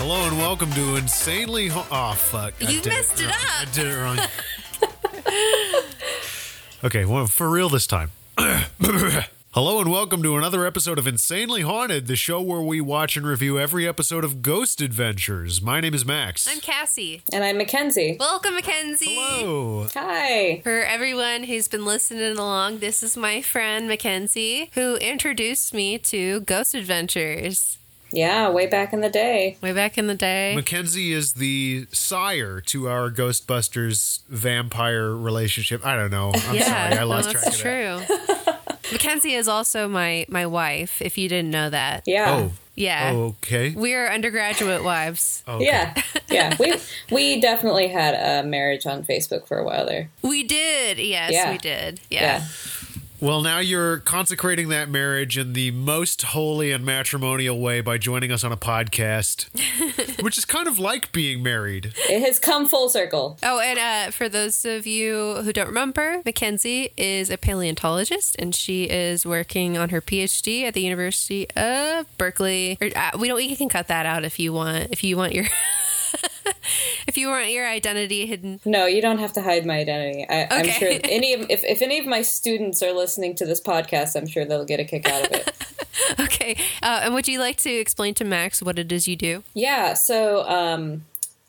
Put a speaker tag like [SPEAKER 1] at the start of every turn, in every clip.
[SPEAKER 1] Hello and welcome to Insanely Ho- Oh fuck. I
[SPEAKER 2] You
[SPEAKER 1] did
[SPEAKER 2] messed it
[SPEAKER 1] wrong.
[SPEAKER 2] up.
[SPEAKER 1] I did it wrong. okay, well for real this time. Hello and welcome to another episode of Insanely Haunted, the show where we watch and review every episode of Ghost Adventures. My name is Max.
[SPEAKER 2] I'm Cassie.
[SPEAKER 3] And I'm Mackenzie.
[SPEAKER 2] Welcome, Mackenzie.
[SPEAKER 1] Hello.
[SPEAKER 3] Hi.
[SPEAKER 2] For everyone who's been listening along, this is my friend Mackenzie who introduced me to Ghost Adventures
[SPEAKER 3] Yeah, way back in the day.
[SPEAKER 2] way back in the day.
[SPEAKER 1] Mackenzie is the sire to our Ghostbusters vampire relationship. I don't know. I'm
[SPEAKER 2] yeah,
[SPEAKER 1] sorry, I lost
[SPEAKER 2] no,
[SPEAKER 1] track of
[SPEAKER 2] that's
[SPEAKER 1] that.
[SPEAKER 2] true. Mackenzie is also my my wife. If you didn't know that,
[SPEAKER 3] Yeah.
[SPEAKER 1] Oh.
[SPEAKER 2] yeah,
[SPEAKER 1] Oh, okay.
[SPEAKER 2] we are undergraduate wives.
[SPEAKER 1] oh, okay.
[SPEAKER 3] Yeah. Yeah. we we definitely had a marriage on Facebook for a while there.
[SPEAKER 2] We did, yes,
[SPEAKER 3] Yeah.
[SPEAKER 2] we did,
[SPEAKER 3] Yeah.
[SPEAKER 2] yeah.
[SPEAKER 1] Well, now you're consecrating that marriage in the most holy and matrimonial way by joining us on a podcast, which is kind of like being married.
[SPEAKER 3] It has come full circle.
[SPEAKER 2] Oh, and uh, for those of you who don't remember, Mackenzie is a paleontologist and she is working on her PhD at the University of Berkeley. Or, uh, we don't. You can cut that out if you want. If you want your. if you want your identity hidden.
[SPEAKER 3] No, you don't have to hide my identity. I, I'm
[SPEAKER 2] Okay.
[SPEAKER 3] sure any of if, if any of my students are listening to this podcast, I'm sure they'll get a kick out of it.
[SPEAKER 2] Okay. Uh, and would you like to explain to Max what it is you do?
[SPEAKER 3] Yeah, so um,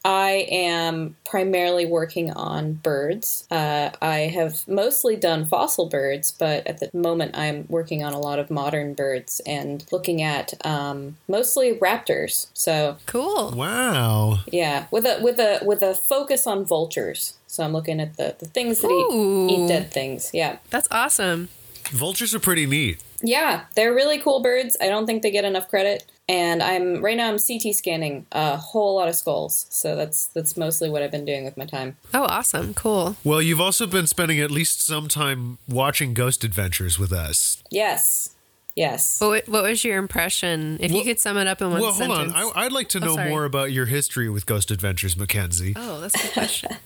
[SPEAKER 3] I am primarily working on birds. Uh, I have mostly done fossil birds, but at the moment I'm working on a lot of modern birds and looking at um, mostly raptors. So
[SPEAKER 2] Cool.
[SPEAKER 1] Wow.
[SPEAKER 3] yeah, with a with a with a focus on vultures. So I'm looking at the, the things that
[SPEAKER 2] Ooh.
[SPEAKER 3] eat, eat dead things. Yeah.
[SPEAKER 2] That's awesome.
[SPEAKER 1] Vultures are pretty neat.
[SPEAKER 3] Yeah, they're really cool birds. I don't think they get enough credit. And I'm right now I'm CT scanning a whole lot of skulls. So that's that's mostly what I've been doing with my time.
[SPEAKER 2] Oh, awesome. Cool.
[SPEAKER 1] Well, you've also been spending at least some time watching Ghost Adventures with us.
[SPEAKER 3] Yes. Yes.
[SPEAKER 2] What, wa- what was your impression? If
[SPEAKER 1] Well-
[SPEAKER 2] you could sum it up in one
[SPEAKER 1] well,
[SPEAKER 2] sentence.
[SPEAKER 1] hold on. I, I'd like to
[SPEAKER 2] Oh,
[SPEAKER 1] know
[SPEAKER 2] sorry.
[SPEAKER 1] more about your history with Ghost Adventures, Mackenzie.
[SPEAKER 2] oh, that's a good question.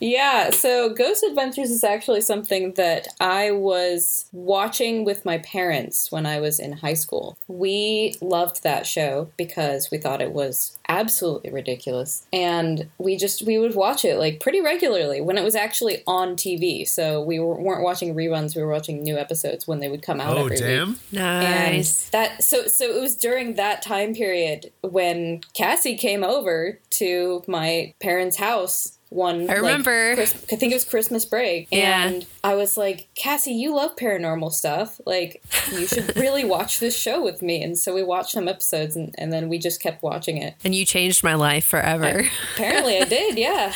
[SPEAKER 3] Yeah, so Ghost Adventures is actually something that I was watching with my parents when I was in high school. We loved that show because we thought it was absolutely ridiculous. And we just we would watch it like pretty regularly when it was actually on TV. So we were, weren't watching reruns, we were watching new episodes when they would come out
[SPEAKER 1] Oh,
[SPEAKER 3] every week.
[SPEAKER 1] damn.
[SPEAKER 3] And
[SPEAKER 2] Nice.
[SPEAKER 3] that so so it was during that time period when Cassie came over to my parents' house one
[SPEAKER 2] I
[SPEAKER 3] like,
[SPEAKER 2] remember.
[SPEAKER 3] Chris- I think it was Christmas break
[SPEAKER 2] Yeah.
[SPEAKER 3] and I was like Cassie you love paranormal stuff like you should really watch this show with me and so we watched some episodes and, and then we just kept watching it
[SPEAKER 2] And you changed my life forever.
[SPEAKER 3] apparently I did yeah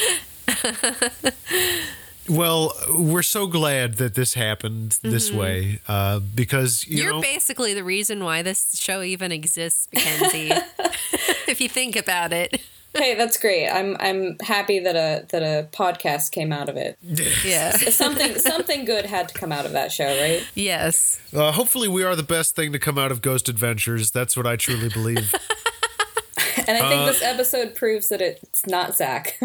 [SPEAKER 1] Well, we're so glad that this happened this
[SPEAKER 2] Mm-hmm.
[SPEAKER 1] way uh, because, you
[SPEAKER 2] You're
[SPEAKER 1] know,
[SPEAKER 2] basically the reason why this show even exists, Mackenzie. if you think about it.
[SPEAKER 3] hey that's great I'm I'm happy that a that a podcast came out of it
[SPEAKER 2] Yeah.
[SPEAKER 3] something something good had to come out of that show right
[SPEAKER 2] yes.
[SPEAKER 1] Uh, hopefully, we are the best thing to come out of Ghost Adventures. That's what I truly believe.
[SPEAKER 3] And I think this episode proves that it's not Zach.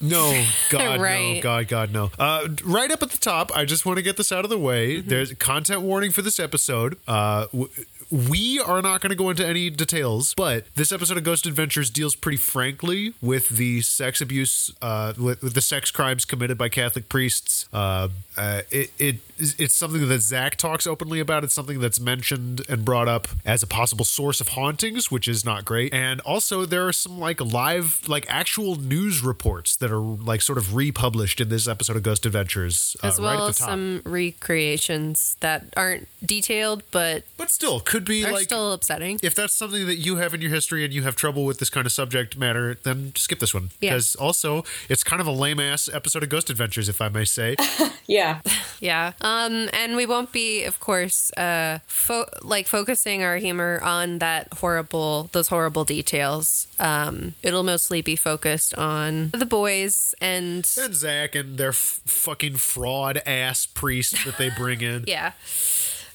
[SPEAKER 1] no, God, no,
[SPEAKER 2] Right.
[SPEAKER 1] God, God, no. Uh, right up at the top, I just want to get this out of the way. There's content warning for this episode. Uh, w- we are not going to go into any details, but this episode of Ghost Adventures deals pretty frankly with the sex abuse, uh, with, with the sex crimes committed by Catholic priests. Uh, uh, it, it it's something that Zach talks openly about. It's something that's mentioned and brought up as a possible source of hauntings, which is not great. And also, there are some like live, like actual news reports that are like sort of republished in this episode of Ghost Adventures, uh,
[SPEAKER 2] As
[SPEAKER 1] right
[SPEAKER 2] well
[SPEAKER 1] at
[SPEAKER 2] as
[SPEAKER 1] the top.
[SPEAKER 2] some recreations that aren't detailed, but
[SPEAKER 1] but still, could would be
[SPEAKER 2] are
[SPEAKER 1] like
[SPEAKER 2] still upsetting.
[SPEAKER 1] if that's something that you have in your history and you have trouble with this kind of subject matter, then skip this one.
[SPEAKER 2] Yeah.
[SPEAKER 1] Because also, it's kind of a lame ass episode of Ghost Adventures, if I may say.
[SPEAKER 3] Yeah.
[SPEAKER 2] Yeah. Um, and we won't be, of course, uh, fo- like focusing our humor on that horrible, those horrible details. Um, it'll mostly be focused on the boys and
[SPEAKER 1] and Zach and their f- fucking fraud ass priest that they bring in.
[SPEAKER 2] yeah.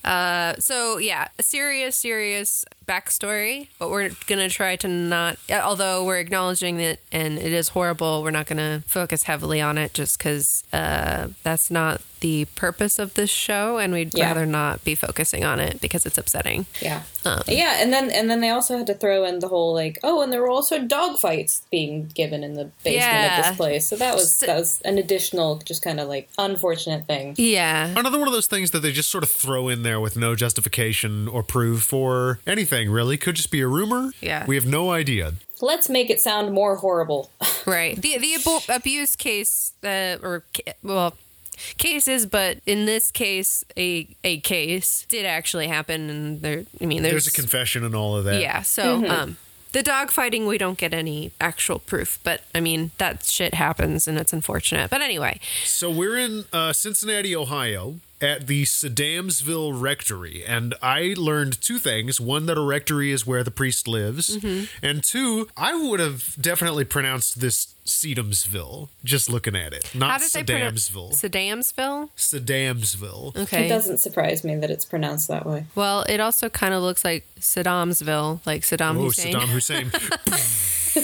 [SPEAKER 2] Uh, so yeah, a serious, serious backstory, but we're gonna try to not. Although we're acknowledging it and it is horrible, we're not gonna focus heavily on it just because uh, that's not the purpose of this show, and we'd
[SPEAKER 3] Yeah.
[SPEAKER 2] rather not be focusing on it because it's upsetting.
[SPEAKER 3] Yeah.
[SPEAKER 2] Um,
[SPEAKER 3] yeah, and then and then they also had to throw in the whole like, oh, and there were also dog fights being given in the basement of
[SPEAKER 2] Yeah.
[SPEAKER 3] this place. So that was that was an additional just kind of like unfortunate thing.
[SPEAKER 2] Yeah.
[SPEAKER 1] Another one of those things that they just sort of throw in there with no justification or proof for anything, really. Could just be a rumor.
[SPEAKER 2] Yeah.
[SPEAKER 1] We have no idea.
[SPEAKER 3] Let's make it sound more horrible.
[SPEAKER 2] Right. The the abo- abuse case uh, or ca- well cases, but in this case, a a case did actually happen, and there. I mean, there's,
[SPEAKER 1] There's a confession and all of that.
[SPEAKER 2] yeah. So
[SPEAKER 3] Mm-hmm.
[SPEAKER 2] um, the dog fighting, we don't get any actual proof, but I mean that shit happens, and it's unfortunate. But anyway,
[SPEAKER 1] So we're in uh, Cincinnati, Ohio, at the Sedamsville Rectory, and I learned two things: one, that a rectory is where the priest lives,
[SPEAKER 2] Mm-hmm.
[SPEAKER 1] and two, I would have definitely pronounced this Sedamsville just looking at it,
[SPEAKER 2] how
[SPEAKER 1] not
[SPEAKER 2] did they pronounce
[SPEAKER 1] Sedamsville.
[SPEAKER 2] Sedamsville?
[SPEAKER 1] Sedamsville.
[SPEAKER 3] It
[SPEAKER 2] Okay.
[SPEAKER 3] doesn't surprise me that it's pronounced that way.
[SPEAKER 2] Well, it also kind of looks like Saddamsville, like Saddam
[SPEAKER 1] Oh,
[SPEAKER 2] Hussein.
[SPEAKER 1] Saddam Hussein.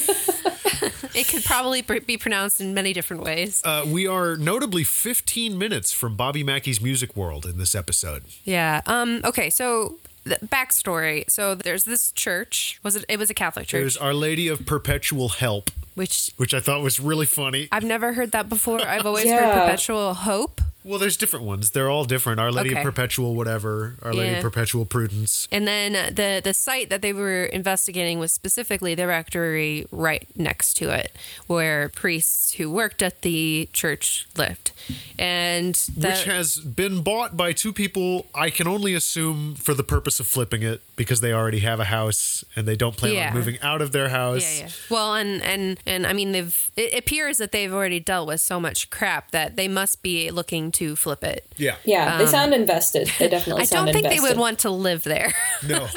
[SPEAKER 2] It could probably pr- be pronounced in many different ways.
[SPEAKER 1] uh, we are notably 15 minutes from Bobby Mackey's Music World in this episode.
[SPEAKER 2] Yeah. Um. Okay. So the backstory. So there's this church. Was it? It was a Catholic church,
[SPEAKER 1] There's Our Lady of Perpetual Help,
[SPEAKER 2] which
[SPEAKER 1] which I thought was really funny.
[SPEAKER 2] I've never heard that before. I've always heard
[SPEAKER 3] Yeah.
[SPEAKER 2] perpetual hope,
[SPEAKER 1] Well, there's different ones. They're all different. Our Lady
[SPEAKER 2] Okay.
[SPEAKER 1] of Perpetual Whatever, Our Lady
[SPEAKER 2] Yeah.
[SPEAKER 1] of Perpetual Prudence.
[SPEAKER 2] and then uh, the the site that they were investigating was specifically the rectory right next to it, where priests who worked at the church lived, and the,
[SPEAKER 1] which has been bought by two people, I can only assume for the purpose of flipping it because they already have a house and they don't plan
[SPEAKER 2] Yeah.
[SPEAKER 1] on moving out of their house.
[SPEAKER 2] Yeah, yeah. Well, and and and I mean, they've it appears that they've already dealt with so much crap that they must be looking to flip it.
[SPEAKER 1] yeah.
[SPEAKER 3] Yeah, they sound invested. They definitely
[SPEAKER 2] Um, I
[SPEAKER 3] sound
[SPEAKER 2] don't think
[SPEAKER 3] invested.
[SPEAKER 2] they would want to live there.
[SPEAKER 1] No,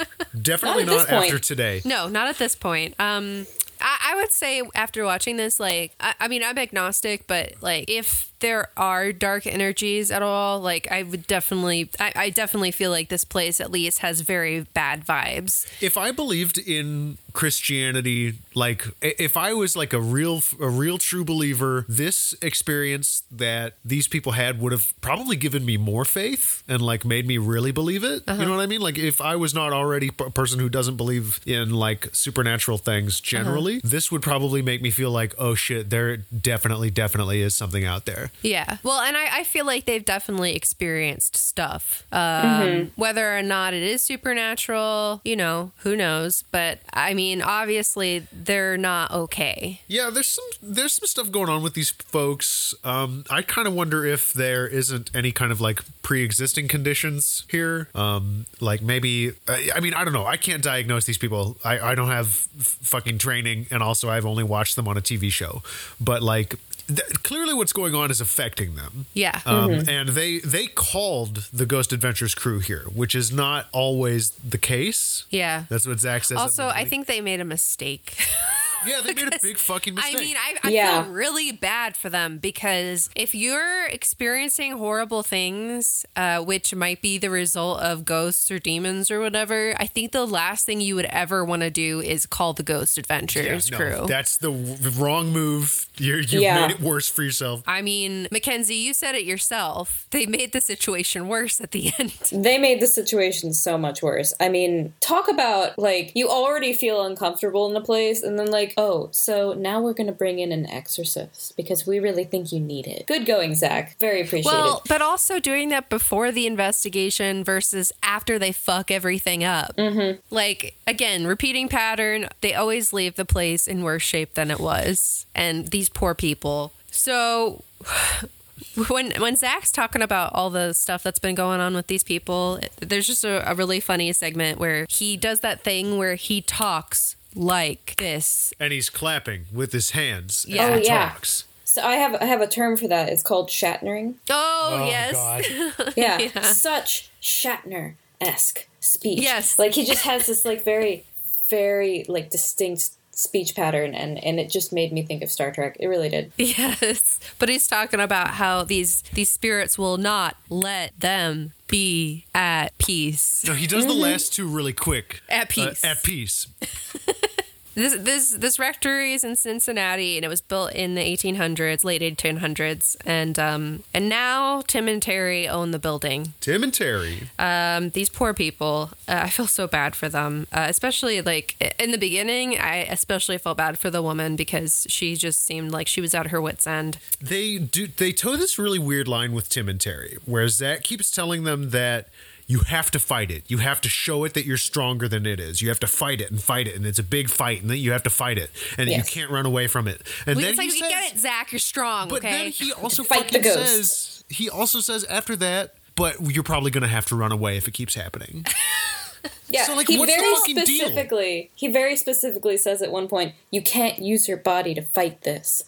[SPEAKER 1] definitely
[SPEAKER 3] Not at
[SPEAKER 1] not,
[SPEAKER 3] this point.
[SPEAKER 1] after today.
[SPEAKER 2] no, not at this point. Um, I, I would say after watching this, like, I, I mean, I'm agnostic, but like, if there are dark energies at all, like, I would definitely, I, I definitely feel like this place at least has very bad vibes.
[SPEAKER 1] If I believed in Christianity, like i- if I was like a real, a real true believer, this experience that these people had would have probably given me more faith and like made me really believe it. You know what I mean? Like if I was not already p- a person who doesn't believe in like supernatural things generally, this would probably make me feel like, oh shit, there definitely, definitely is something out there.
[SPEAKER 2] Yeah. Well, and I, I feel like they've definitely experienced stuff. Um, Whether or not it is supernatural, you know, who knows? But I mean, obviously, they're not okay.
[SPEAKER 1] Yeah, there's some there's some stuff going on with these folks. Um, I kind of wonder if there isn't any kind of like pre-existing conditions here. Um, like maybe I, I mean I don't know. I can't diagnose these people. I I don't have f- fucking training, and also I've only watched them on a TV show. But like. Th- clearly, what's going on is affecting them.
[SPEAKER 2] Yeah.
[SPEAKER 1] Um, And they they called the Ghost Adventures crew here, which is not always the case.
[SPEAKER 2] Yeah.
[SPEAKER 1] That's what Zach says. at the
[SPEAKER 2] Also, I
[SPEAKER 1] beginning.
[SPEAKER 2] think they made a mistake.
[SPEAKER 1] yeah, they made a
[SPEAKER 2] Because,
[SPEAKER 1] big fucking mistake.
[SPEAKER 2] I mean, I, I
[SPEAKER 3] Yeah.
[SPEAKER 2] feel really bad for them because if you're experiencing horrible things, uh, which might be the result of ghosts or demons or whatever, I think the last thing you would ever want to do is call the Ghost Adventures
[SPEAKER 1] Yeah,
[SPEAKER 2] crew.
[SPEAKER 1] That's the w- wrong move. You're, you've
[SPEAKER 3] Yeah.
[SPEAKER 1] made it worse for yourself.
[SPEAKER 2] I mean, Mackenzie, you said it yourself. They made the situation worse at the end.
[SPEAKER 3] They made the situation so much worse. I mean, talk about like you already feel uncomfortable in the place, and then like, oh, so now we're gonna bring in an exorcist because we really think you need it. Good going, Zach. Very appreciated.
[SPEAKER 2] Well, but also doing that before the investigation versus after they fuck everything up. Mm-hmm. Like, again, repeating pattern, they always leave the place in worse shape than it was. And these poor people. So when when Zach's talking about all the stuff that's been going on with these people, it- there's just a, a really funny segment where he does that thing where he talks like this.
[SPEAKER 1] and he's clapping with his hands. as he
[SPEAKER 2] Yeah.
[SPEAKER 3] Oh, yeah.
[SPEAKER 1] Talks.
[SPEAKER 3] So I have I have a term for that. It's called shatnering.
[SPEAKER 2] Oh, yes.
[SPEAKER 3] Yeah, such Shatner esque speech.
[SPEAKER 2] Yes.
[SPEAKER 3] like he just has this like very, very like distinct speech pattern, and and it just made me think of Star Trek. It really did.
[SPEAKER 2] Yes. But he's talking about how these these spirits will not let them be at peace.
[SPEAKER 1] No, he does the last two really quick. Uh,
[SPEAKER 2] At peace.
[SPEAKER 1] at peace.
[SPEAKER 2] This this this rectory is in Cincinnati, and it was built in the 1800s, late 1800s, and um and now Tim and Terry own the building.
[SPEAKER 1] Tim and Terry.
[SPEAKER 2] Um, these poor people, uh, I feel so bad for them, uh, especially like i- in the beginning. I especially felt bad for the woman because she just seemed like she was at her wits end.
[SPEAKER 1] They do. They toe this really weird line with Tim and Terry, where Zach keeps telling them that you have to fight it. You have to show it that you're stronger than it is. You have to fight it and fight it, and it's a big fight, and that you have to fight it, and
[SPEAKER 3] Yes.
[SPEAKER 1] you can't run away from it. And
[SPEAKER 2] We-
[SPEAKER 1] then
[SPEAKER 2] It's like
[SPEAKER 1] he
[SPEAKER 2] you
[SPEAKER 1] says,
[SPEAKER 2] get it, Zach. You're strong.
[SPEAKER 1] But
[SPEAKER 2] okay.
[SPEAKER 1] then he also
[SPEAKER 3] Fight
[SPEAKER 1] fucking
[SPEAKER 3] the ghost.
[SPEAKER 1] says he also says after that, but you're probably gonna have to run away if it keeps happening.
[SPEAKER 3] Yeah,
[SPEAKER 1] So, like,
[SPEAKER 3] he
[SPEAKER 1] what's the
[SPEAKER 3] very
[SPEAKER 1] fucking deal?
[SPEAKER 3] specifically he very specifically says at one point, "You can't use your body to fight this."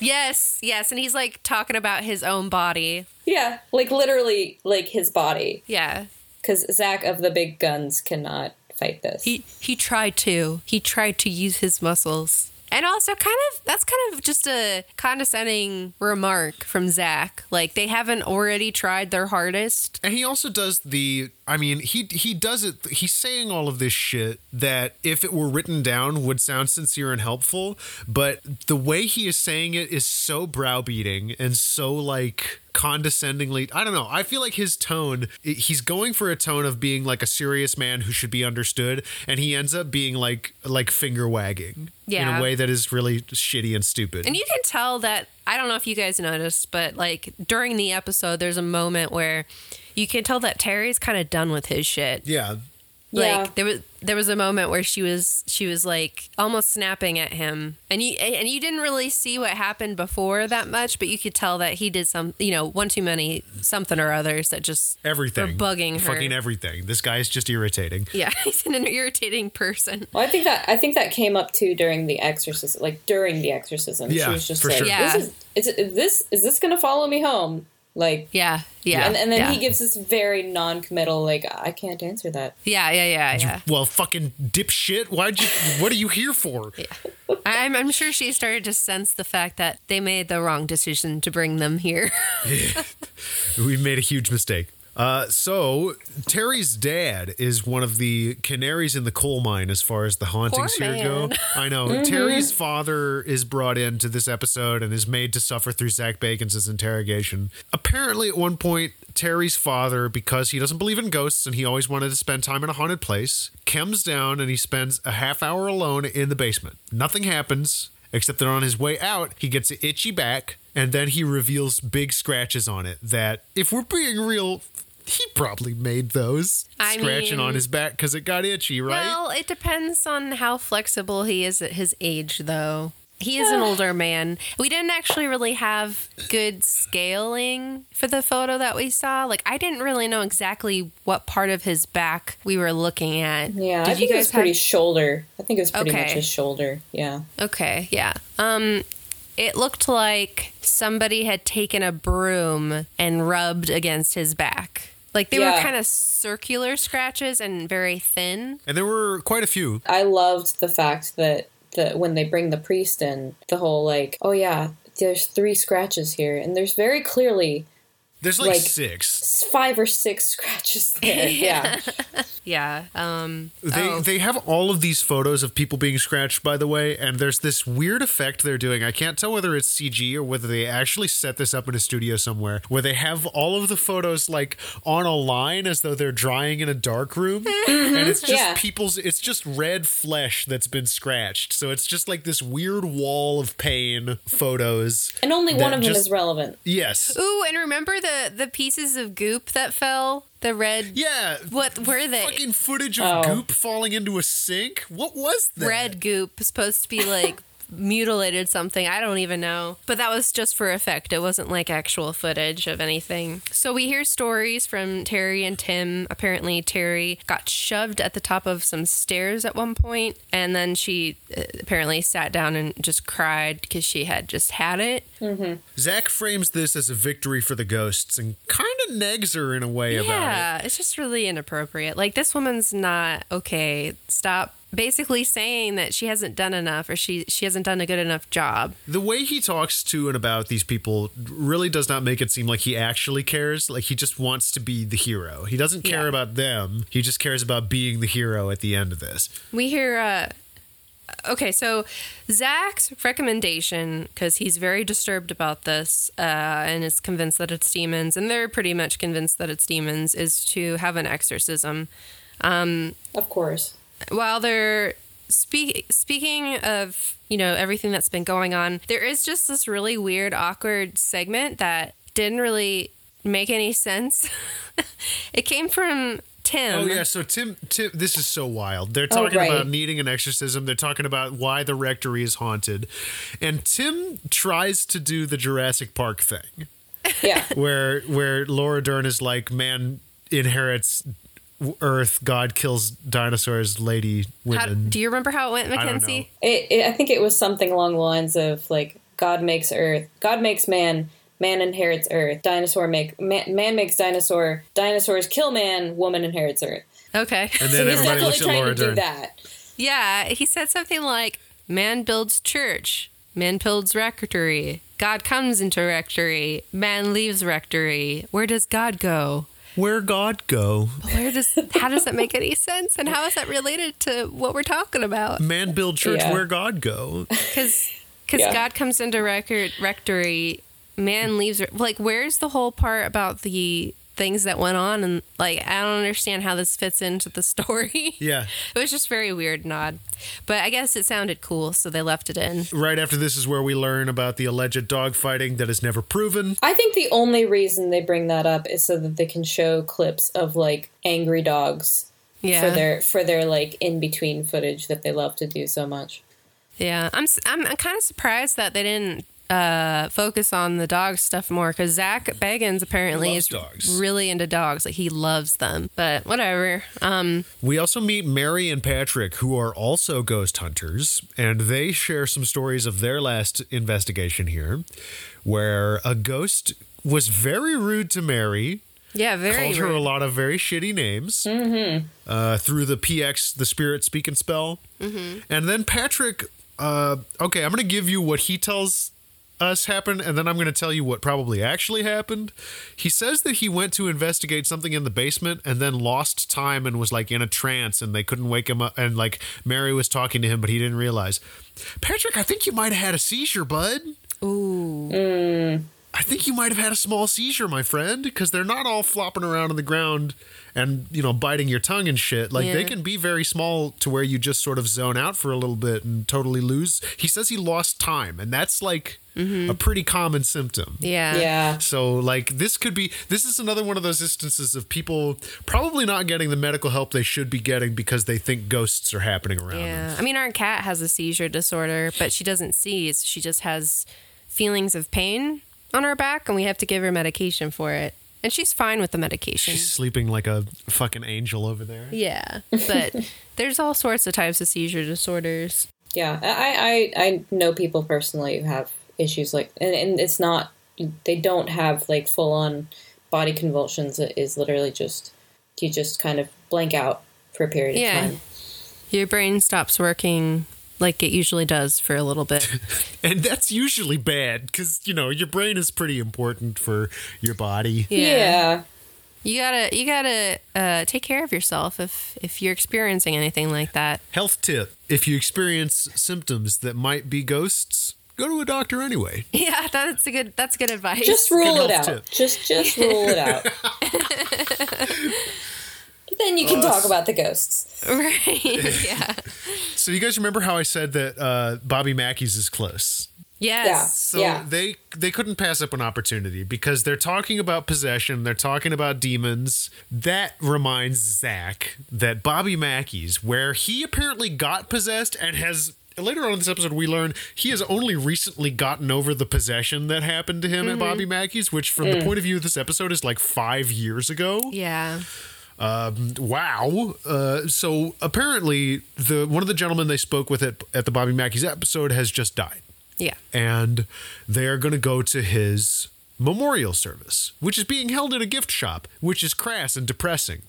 [SPEAKER 2] yes, yes, and he's like talking about his own body.
[SPEAKER 3] Yeah, like literally, like his body,
[SPEAKER 2] Yeah.
[SPEAKER 3] because Zach of the big guns cannot fight this.
[SPEAKER 2] He he tried to. He tried to use his muscles. And also kind of that's kind of just a condescending remark from Zach. Like they haven't already tried their hardest.
[SPEAKER 1] And he also does the I mean, he he does it he's saying all of this shit that if it were written down would sound sincere and helpful, but the way he is saying it is so browbeating and so like condescendingly I don't know. I feel like his tone i- he's going for a tone of being like a serious man who should be understood and he ends up being like like finger wagging in
[SPEAKER 2] Yeah.
[SPEAKER 1] a way that is really shitty and stupid.
[SPEAKER 2] And you can tell that I don't know if you guys noticed, but like during the episode there's a moment where you can tell that Terry's kind of done with his shit.
[SPEAKER 1] yeah.
[SPEAKER 3] Yeah.
[SPEAKER 2] Like there was there was a moment where she was she was like almost snapping at him, and you and you didn't really see what happened before that much, but you could tell that he did some you know one too many something or others that just
[SPEAKER 1] Everything.
[SPEAKER 2] were bugging her.
[SPEAKER 1] Fucking everything. This guy is just irritating.
[SPEAKER 2] yeah, he's an irritating person.
[SPEAKER 3] Well, I think that I think that came up too during the exorcism, like during the exorcism.
[SPEAKER 1] Yeah,
[SPEAKER 3] she was just
[SPEAKER 1] for
[SPEAKER 3] like,
[SPEAKER 1] sure.
[SPEAKER 2] Yeah.
[SPEAKER 3] "This is, is this is this going to follow me home?" Like,
[SPEAKER 2] Yeah, yeah,
[SPEAKER 3] and, and then
[SPEAKER 2] yeah.
[SPEAKER 3] he gives this very non-committal, like, "I can't answer that."
[SPEAKER 2] yeah, yeah, yeah, yeah.
[SPEAKER 1] Well, fucking dipshit. Why'd you? What are you here for?
[SPEAKER 2] I- I'm I'm sure she started to sense the fact that they made the wrong decision to bring them here.
[SPEAKER 1] We made a huge mistake. Uh, so Terry's dad is one of the canaries in the coal mine as far as the hauntings
[SPEAKER 2] Poor
[SPEAKER 1] here go.
[SPEAKER 2] man.
[SPEAKER 1] I know
[SPEAKER 2] Mm-hmm.
[SPEAKER 1] Terry's father is brought into this episode and is made to suffer through Zach Bacon's interrogation. Apparently, at one point, Terry's father, because he doesn't believe in ghosts and he always wanted to spend time in a haunted place, comes down and he spends a half hour alone in the basement. Nothing happens except that on his way out, he gets an itchy back and then he reveals big scratches on it that, if we're being real, he probably made those
[SPEAKER 2] I
[SPEAKER 1] scratching on
[SPEAKER 2] mean-
[SPEAKER 1] his back because it got itchy, right?
[SPEAKER 2] Well, it depends on how flexible he is at his age, though. He is an older man. We didn't actually really have good scaling for the photo that we saw. Like, I didn't really know exactly what part of his back we were looking at.
[SPEAKER 3] Yeah, I
[SPEAKER 2] Did
[SPEAKER 3] think it was pretty shoulder. I think it was pretty
[SPEAKER 2] Okay.
[SPEAKER 3] much his shoulder. Yeah,
[SPEAKER 2] Okay, yeah. Um, it looked like somebody had taken a broom and rubbed against his back. Like they were
[SPEAKER 3] Yeah.
[SPEAKER 2] kind of circular scratches and very thin.
[SPEAKER 1] And there were quite a few.
[SPEAKER 3] I loved the fact that that when they bring the priest in, the whole like, "Oh yeah, there's three scratches here," and there's very clearly
[SPEAKER 1] There's like,
[SPEAKER 3] Like-
[SPEAKER 1] six.
[SPEAKER 3] s- five or six scratches there. yeah.
[SPEAKER 2] Yeah. Um,
[SPEAKER 1] They
[SPEAKER 2] oh.
[SPEAKER 1] they have all of these photos of people being scratched, by the way, and there's this weird effect they're doing. I can't tell whether it's CG or whether they actually set this up in a studio somewhere, where they have all of the photos like on a line as though they're drying in a dark room, and it's just
[SPEAKER 3] Yeah.
[SPEAKER 1] people's. It's just red flesh that's been scratched, so it's just like this weird wall of pain photos.
[SPEAKER 3] And only one
[SPEAKER 1] That
[SPEAKER 3] of
[SPEAKER 1] just-
[SPEAKER 3] them is relevant.
[SPEAKER 1] Yes.
[SPEAKER 2] Ooh, and remember the the pieces of goop that fell? The red
[SPEAKER 1] Yeah.
[SPEAKER 2] what were they?
[SPEAKER 1] Fucking footage of
[SPEAKER 3] Oh.
[SPEAKER 1] goop falling into a sink. What was that?
[SPEAKER 2] Red goop supposed to be like mutilated something. I don't even know. But that was just for effect. It wasn't like actual footage of anything. So we hear stories from Terry and Tim. Apparently, Terry got shoved at the top of some stairs at one point, and then she uh, apparently sat down and just cried because she had just had it.
[SPEAKER 1] Zach frames this as a victory for the ghosts and kind of negs her in a way about it.
[SPEAKER 2] Yeah, it's just really inappropriate. Like this woman's not okay. Stop basically saying that she hasn't done enough or she she hasn't done a good enough job.
[SPEAKER 1] The way he talks to and about these people really does not make it seem like he actually cares. Like he just wants to be the hero. He doesn't care
[SPEAKER 2] Yeah.
[SPEAKER 1] about them. He just cares about being the hero at the end of this.
[SPEAKER 2] We hear uh okay, so Zach's recommendation cuz he's very disturbed about this uh and is convinced that it's demons and they're pretty much convinced that it's demons is to have an exorcism.
[SPEAKER 3] Of course.
[SPEAKER 2] while they're speak, speaking of you know everything that's been going on there is just this really weird awkward segment that didn't really make any sense it came from tim
[SPEAKER 1] Oh yeah, so Tim, Tim, this is so wild. They're talking
[SPEAKER 3] right.
[SPEAKER 1] about needing an exorcism. They're talking about why the rectory is haunted, and Tim tries to do the Jurassic Park thing,
[SPEAKER 3] Yeah.
[SPEAKER 1] where where Laura Dern is like, "Man inherits Earth, God kills dinosaurs, lady
[SPEAKER 2] How-
[SPEAKER 1] women."
[SPEAKER 2] do you remember how it went
[SPEAKER 1] don't know.
[SPEAKER 2] mckenzie
[SPEAKER 3] It, it, I think it was something along the lines of like God makes Earth, God makes man, man inherits Earth, dinosaur make man, man makes dinosaur, dinosaurs kill man, woman inherits Earth.
[SPEAKER 2] okay
[SPEAKER 1] and
[SPEAKER 3] So
[SPEAKER 1] then
[SPEAKER 3] he's
[SPEAKER 1] everybody
[SPEAKER 3] definitely
[SPEAKER 1] looks at
[SPEAKER 3] trying
[SPEAKER 1] Laura
[SPEAKER 3] to do
[SPEAKER 1] Dern.
[SPEAKER 3] that.
[SPEAKER 2] yeah he said something like man builds church man builds rectory god comes into rectory man leaves rectory where does god go
[SPEAKER 1] Where God go?
[SPEAKER 2] Where does how does that make any sense? And how is that related to what we're talking about?
[SPEAKER 1] Man build church.
[SPEAKER 3] Yeah.
[SPEAKER 1] Where God go?
[SPEAKER 2] Because because
[SPEAKER 3] Yeah.
[SPEAKER 2] God comes into record rectory, man leaves. re- Like, where's the whole part about the things that went on? And like, I don't understand how this fits into the story.
[SPEAKER 1] Yeah.
[SPEAKER 2] It was just very weird nod, but I guess it sounded cool, so they left it in.
[SPEAKER 1] Right after this is where we learn about the alleged dogfighting that is never proven.
[SPEAKER 3] I think the only reason they bring that up is so that they can show clips of like angry dogs
[SPEAKER 2] Yeah,
[SPEAKER 3] for their for their like in between footage that they love to do so much.
[SPEAKER 2] yeah. I'm s- I'm, I'm kind of surprised that they didn't uh focus on the dog stuff more because Zach Bagans apparently
[SPEAKER 1] Loves
[SPEAKER 2] is
[SPEAKER 1] dogs.
[SPEAKER 2] really into dogs. Like he loves them, but whatever. Um,
[SPEAKER 1] We also meet Mary and Patrick, who are also ghost hunters, and they share some stories of their last investigation here, where a ghost was very rude to Mary,
[SPEAKER 2] yeah, very.
[SPEAKER 1] called her
[SPEAKER 2] rude. Mm-hmm.
[SPEAKER 1] a lot of very shitty names uh, through the PX, the spirit speak and spell. And then Patrick, uh, okay, I'm going to give you what he tells us happened, and then I'm going to tell you what probably actually happened. He says that he went to investigate something in the basement and then lost time and was like in a trance and they couldn't wake him up. And like Mary was talking to him, but he didn't realize. Patrick, I think you might have had a seizure, bud.
[SPEAKER 2] Ooh.
[SPEAKER 1] I think you might have had a small seizure, my friend, because they're not all flopping around on the ground and, you know, biting your tongue and shit. Like, they
[SPEAKER 2] Yeah.
[SPEAKER 1] can be very small to where you just sort of zone out for a little bit and totally lose. He says he lost time, and that's like a pretty common symptom.
[SPEAKER 2] Mm-hmm. Yeah.
[SPEAKER 3] Yeah.
[SPEAKER 1] So, like, this could be, this is another one of those instances of people probably not getting the medical help they should be getting because they think ghosts are happening around them.
[SPEAKER 2] Yeah. I mean, our cat has a seizure disorder, but she doesn't seize. She just has feelings of pain on her back, and we have to give her medication for it. And she's fine with the medication.
[SPEAKER 1] She's sleeping like a fucking angel over there.
[SPEAKER 2] yeah. But there's all sorts of types of seizure disorders.
[SPEAKER 3] Yeah, I, I, I know people personally who have issues like, and, and it's not, they don't have like full on body convulsions. It is literally just, you just kind of blank out for a period
[SPEAKER 2] Yeah.
[SPEAKER 3] of time.
[SPEAKER 2] Your brain stops working like it usually does for a little bit.
[SPEAKER 1] And that's usually bad because, you know, your brain is pretty important for your body.
[SPEAKER 3] Yeah.
[SPEAKER 2] You gotta you gotta uh, take care of yourself if if you're experiencing anything like that.
[SPEAKER 1] Health tip if you experience symptoms that might be ghosts, go to a doctor anyway.
[SPEAKER 2] Yeah, that's a good that's good advice.
[SPEAKER 3] Just rule
[SPEAKER 1] good
[SPEAKER 3] it out.
[SPEAKER 1] health tip.
[SPEAKER 3] Just, just rule it out. then you can talk about the ghosts.
[SPEAKER 2] right. Yeah.
[SPEAKER 1] So, you guys remember how I said that uh, Bobby Mackey's is close?
[SPEAKER 2] Yes.
[SPEAKER 1] So
[SPEAKER 3] Yeah.
[SPEAKER 1] they they couldn't pass up an opportunity because they're talking about possession, they're talking about demons. That reminds Zach that Bobby Mackey's, where he apparently got possessed and has later on in this episode, we learn he has only recently gotten over the possession that happened to him at Bobby Mackey's, which, from the point of view of this episode, is like five years ago.
[SPEAKER 2] Yeah.
[SPEAKER 1] Um, wow. Uh, so apparently, the one of the gentlemen they spoke with at, at the Bobby Mackey's episode has just died,
[SPEAKER 2] Yeah.
[SPEAKER 1] and they are going to go to his memorial service, which is being held in a gift shop, which is crass and depressing.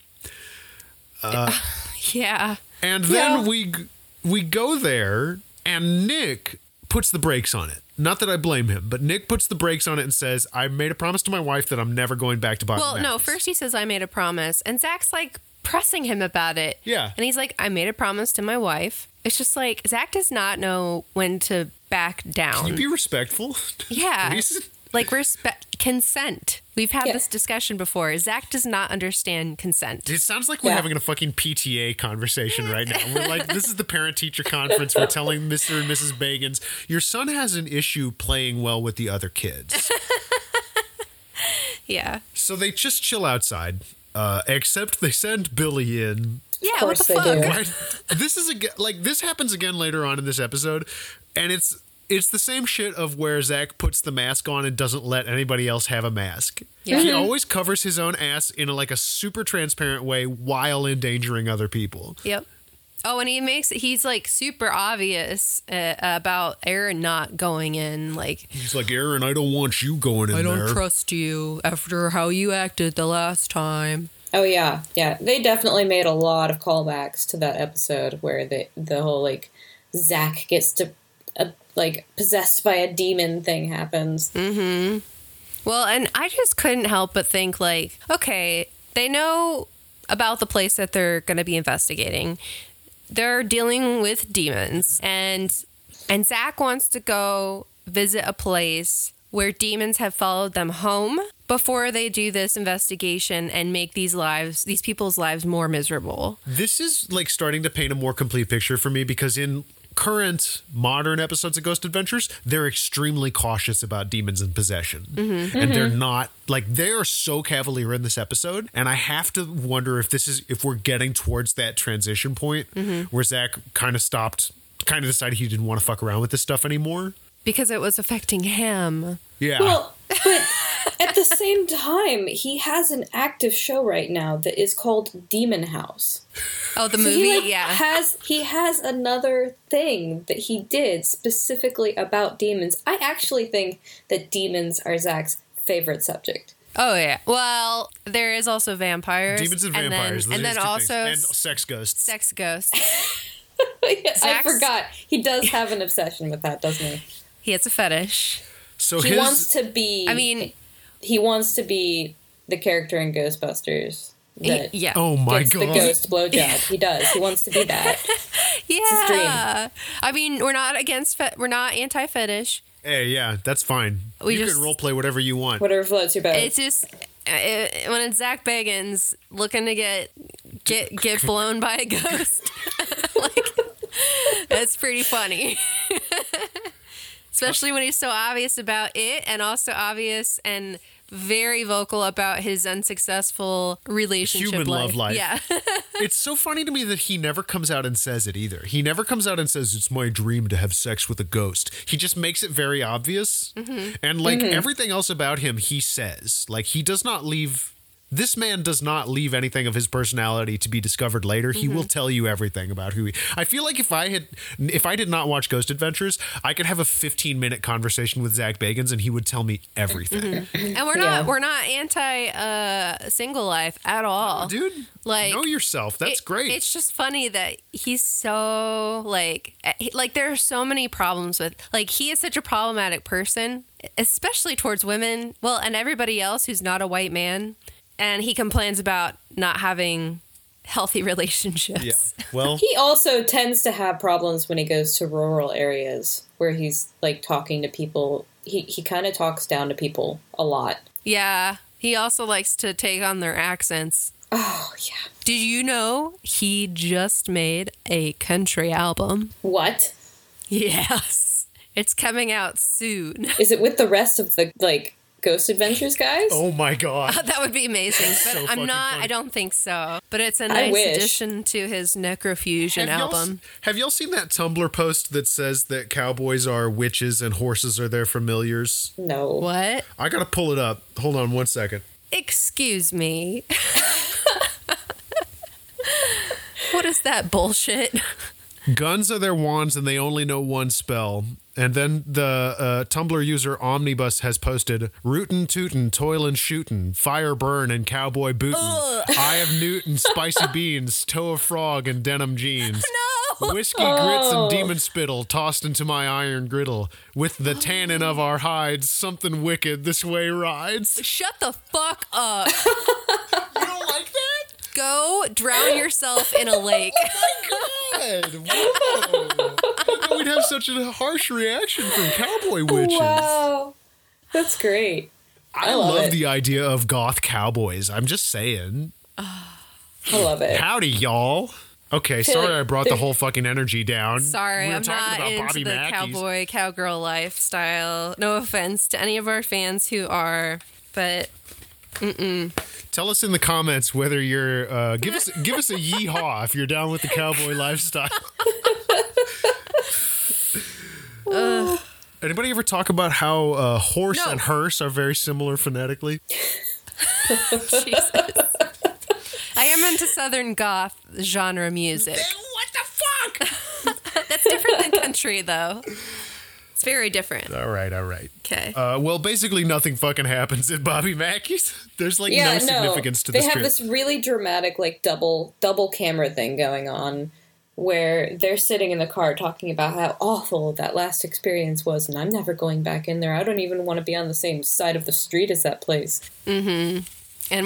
[SPEAKER 2] Yeah.
[SPEAKER 1] And then
[SPEAKER 3] Yeah.
[SPEAKER 1] we g- we go there, and Nick puts the brakes on it. Not that I blame him, but Nick puts the brakes on it and says, "I made a promise to my wife that I'm never going back to Bobby."
[SPEAKER 2] Well, no,
[SPEAKER 1] Mackey's."
[SPEAKER 2] first he says, I made a promise. And Zach's like pressing him about it.
[SPEAKER 1] Yeah.
[SPEAKER 2] And he's like, I made a promise to my wife. It's just like, Zach does not know when to back down.
[SPEAKER 1] Can you be respectful?
[SPEAKER 2] yeah.
[SPEAKER 1] please?
[SPEAKER 2] Like, respect, consent. We've had
[SPEAKER 3] Yeah.
[SPEAKER 2] this discussion before. Zach does not understand consent.
[SPEAKER 1] It sounds like we're
[SPEAKER 3] Yeah.
[SPEAKER 1] having a fucking PTA conversation right now. We're like, this is the parent teacher conference. We're telling Mr. and Mrs. Bagans, your son has an issue playing well with the other kids.
[SPEAKER 2] Yeah.
[SPEAKER 1] so they just chill outside, uh, except they send Billy in
[SPEAKER 2] Yeah, what
[SPEAKER 3] course
[SPEAKER 2] the
[SPEAKER 3] they do.
[SPEAKER 2] fuck?
[SPEAKER 1] Right? this is again like this happens again later on in this episode, and it's it's the same shit of where Zach puts the mask on and doesn't let anybody else have a mask.
[SPEAKER 2] Yeah.
[SPEAKER 1] He always covers his own ass in a, like a super transparent way while endangering other people.
[SPEAKER 2] Yep. Oh, and he makes he's like super obvious uh, about Aaron not going in. Like,
[SPEAKER 1] He's like, Aaron, I don't want you going in there.
[SPEAKER 2] trust you after how you acted the last time.
[SPEAKER 3] Oh yeah, yeah. They definitely made a lot of callbacks to that episode where the the whole like Zach gets to uh, like possessed by a demon thing happens.
[SPEAKER 1] Mm.
[SPEAKER 2] Well, and I just couldn't help but think like, okay, they know about the place that they're going to be investigating. They're dealing with demons, and and Zach wants to go visit a place where demons have followed them home before they do this investigation and make these lives, these people's lives, more miserable.
[SPEAKER 1] This is like starting to paint a more complete picture for me because in current modern episodes of Ghost Adventures, they're extremely cautious about demons and possession.
[SPEAKER 3] Mm-hmm.
[SPEAKER 1] And they're not like they are so cavalier in this episode. And I have to wonder if this is if we're getting towards that transition point
[SPEAKER 3] Mm-hmm.
[SPEAKER 1] where Zach kind of stopped, kind of decided he didn't want to fuck around with this stuff anymore.
[SPEAKER 2] Because it was affecting him.
[SPEAKER 1] Yeah.
[SPEAKER 3] Well, but at the same time, he has an active show right now that is called Demon House.
[SPEAKER 2] Oh, the
[SPEAKER 3] He
[SPEAKER 2] movie?
[SPEAKER 3] like,
[SPEAKER 2] yeah.
[SPEAKER 3] has he has another thing that he did specifically about demons. I actually think that demons are Zach's favorite subject.
[SPEAKER 2] Oh yeah. Well, there is also vampires,
[SPEAKER 1] demons and vampires.
[SPEAKER 2] and
[SPEAKER 1] those
[SPEAKER 2] then, and then
[SPEAKER 1] are his two
[SPEAKER 2] also
[SPEAKER 1] things. and sex ghosts.
[SPEAKER 2] sex ghosts.
[SPEAKER 3] I
[SPEAKER 2] Zach's-
[SPEAKER 3] forgot he does have an obsession with that, doesn't he?
[SPEAKER 2] He has a fetish.
[SPEAKER 1] So
[SPEAKER 3] He
[SPEAKER 1] his
[SPEAKER 3] wants to be.
[SPEAKER 2] I mean,
[SPEAKER 3] he wants to be the character in Ghostbusters.
[SPEAKER 2] y-
[SPEAKER 3] That
[SPEAKER 2] yeah.
[SPEAKER 1] Oh my
[SPEAKER 3] gets
[SPEAKER 1] god.
[SPEAKER 3] the ghost blowjob. He does. He wants to be that. his dream.
[SPEAKER 2] yeah. I mean, we're not against. Fe- we're not anti fetish.
[SPEAKER 1] Hey, yeah, that's fine.
[SPEAKER 2] We
[SPEAKER 1] you
[SPEAKER 2] just-
[SPEAKER 1] can role play whatever you want.
[SPEAKER 3] Whatever floats your boat.
[SPEAKER 2] It's just. uh when it's Zach Bagans looking to get get get blown by a ghost, like that's pretty funny. Especially when he's so obvious about it, and also obvious and very vocal about his unsuccessful relationship,
[SPEAKER 1] Human love life.
[SPEAKER 2] Yeah,
[SPEAKER 1] It's so funny to me that he never comes out and says it either. He never comes out and says it's my dream to have sex with a ghost. He just makes it very obvious.
[SPEAKER 2] Mm-hmm.
[SPEAKER 1] And like everything else about him he says. Like he does not leave this man does not leave anything of his personality to be discovered later. He
[SPEAKER 2] Mm-hmm.
[SPEAKER 1] will tell you everything about who he I feel like if I had if I did not watch Ghost Adventures, I could have a 15-minute conversation with Zach Bagans and he would tell me everything.
[SPEAKER 2] Mm-hmm. and we're not we're not anti uh, single life at all.
[SPEAKER 1] Dude,
[SPEAKER 2] Like,
[SPEAKER 1] know yourself. That's
[SPEAKER 2] It-
[SPEAKER 1] great.
[SPEAKER 2] It's just funny that he's so like eh, he- like there are so many problems with like he is such a problematic person, especially towards women. Well, and everybody else who's not a white man, and he complains about not having healthy relationships.
[SPEAKER 1] yeah. Well,
[SPEAKER 3] he also tends to have problems when he goes to rural areas where he's like talking to people. He he kind of talks down to people a lot.
[SPEAKER 2] Yeah. He also likes to take on their accents.
[SPEAKER 3] Oh yeah.
[SPEAKER 2] Did you know he just made a country album?
[SPEAKER 3] What
[SPEAKER 2] Yes. It's coming out soon.
[SPEAKER 3] is it with the rest of the like Ghost Adventures, guys.
[SPEAKER 1] Oh my god.
[SPEAKER 2] that would be amazing. But
[SPEAKER 1] So fucking
[SPEAKER 2] I'm not.
[SPEAKER 1] funny.
[SPEAKER 2] I don't think so. But it's a
[SPEAKER 3] I
[SPEAKER 2] nice
[SPEAKER 3] wish.
[SPEAKER 2] addition to his Necrofusion
[SPEAKER 1] y'all,
[SPEAKER 2] album.
[SPEAKER 1] s- have y'all seen that Tumblr post that says that cowboys are witches and horses are their familiars?
[SPEAKER 3] No.
[SPEAKER 2] What?
[SPEAKER 1] I gotta pull it up. Hold on one second.
[SPEAKER 2] Excuse me. what is that bullshit?
[SPEAKER 1] Guns are their wands and they only know one spell. And then the uh, Tumblr user Omnibus has posted rootin' tootin', toil and shootin', fire burn and cowboy bootin', eye of Newton, spicy beans, toe of frog and denim jeans.
[SPEAKER 2] No.
[SPEAKER 1] Whiskey grits and demon spittle tossed into my iron griddle. With the tannin of our hides, something wicked this way rides.
[SPEAKER 2] Shut the fuck up.
[SPEAKER 1] You don't like that?
[SPEAKER 2] Go drown yourself in a lake.
[SPEAKER 1] God, whoa. I didn't know we'd have such a harsh reaction from cowboy witches.
[SPEAKER 3] Wow. That's great.
[SPEAKER 1] I,
[SPEAKER 3] I
[SPEAKER 1] love,
[SPEAKER 3] love it.
[SPEAKER 1] the idea of goth cowboys. I'm just saying.
[SPEAKER 3] I love it.
[SPEAKER 1] Howdy, y'all. Okay, sorry
[SPEAKER 3] like
[SPEAKER 1] I brought the
[SPEAKER 3] they're-
[SPEAKER 1] whole fucking energy down. we
[SPEAKER 2] Sorry,
[SPEAKER 1] were
[SPEAKER 2] I'm not
[SPEAKER 1] talking about
[SPEAKER 2] into
[SPEAKER 1] Bobby
[SPEAKER 2] the
[SPEAKER 1] Mackey's.
[SPEAKER 2] cowboy cowgirl lifestyle. No offense to any of our fans who are, but
[SPEAKER 1] Tell us in the comments whether you're uh, give us give us a yeehaw if you're down with the cowboy lifestyle. Anybody ever talk about how uh, horse
[SPEAKER 2] No.
[SPEAKER 1] and hearse are very similar phonetically?
[SPEAKER 2] Jesus. I am into Southern Goth genre music.
[SPEAKER 1] What the fuck?
[SPEAKER 2] That's different than country, though. It's very different.
[SPEAKER 1] all right, all right.
[SPEAKER 2] Okay.
[SPEAKER 1] Uh, well, basically nothing fucking happens at Bobby Mackey's. There's like
[SPEAKER 3] Yeah,
[SPEAKER 1] no significance to
[SPEAKER 3] they
[SPEAKER 1] this
[SPEAKER 3] have
[SPEAKER 1] trip.
[SPEAKER 3] this really dramatic, like double double camera thing going on, where they're sitting in the car talking about how awful that last experience was, and I'm never going back in there. I don't even want to be on the same side of the street as that place.
[SPEAKER 2] and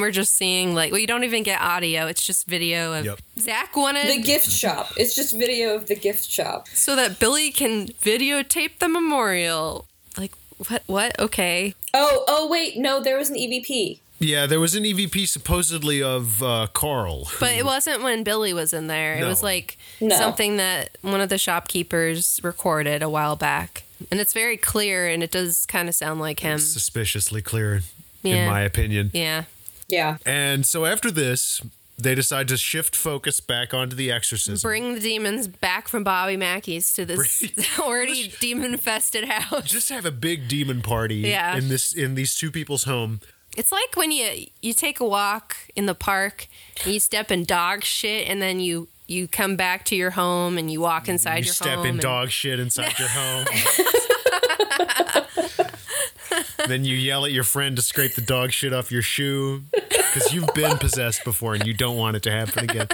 [SPEAKER 2] we're just seeing, like, well, you don't even get audio. It's just video of
[SPEAKER 1] Yep.
[SPEAKER 2] Zach wanted
[SPEAKER 3] The gift shop. It's just video of the gift shop.
[SPEAKER 2] so that Billy can videotape the memorial. Like, what? What? Okay.
[SPEAKER 3] Oh, oh wait, no, there was an EVP.
[SPEAKER 1] Yeah, there was an EVP supposedly of uh, Carl. who-
[SPEAKER 2] But it wasn't when Billy was in there. It was
[SPEAKER 1] No.
[SPEAKER 2] like
[SPEAKER 3] No.
[SPEAKER 2] something that one of the shopkeepers recorded a while back. And it's very clear and it does kind of sound like him.
[SPEAKER 1] suspiciously clear, in
[SPEAKER 2] um, Yeah.
[SPEAKER 1] my opinion.
[SPEAKER 2] Yeah.
[SPEAKER 3] Yeah.
[SPEAKER 1] And so after this, they decide to shift focus back onto the exorcism.
[SPEAKER 2] Bring the demons back from Bobby Mackey's to this already demon infested house.
[SPEAKER 1] Just have a big demon party
[SPEAKER 2] Yeah.
[SPEAKER 1] in this in these two people's home.
[SPEAKER 2] It's like when you you take a walk in the park and you step in dog shit and then you you come back to your home and you walk inside
[SPEAKER 1] you
[SPEAKER 2] your
[SPEAKER 1] step
[SPEAKER 2] home.
[SPEAKER 1] in
[SPEAKER 2] and-
[SPEAKER 1] dog shit inside your home. then you yell at your friend to scrape the dog shit off your shoe because you've been possessed before and you don't want it to happen again.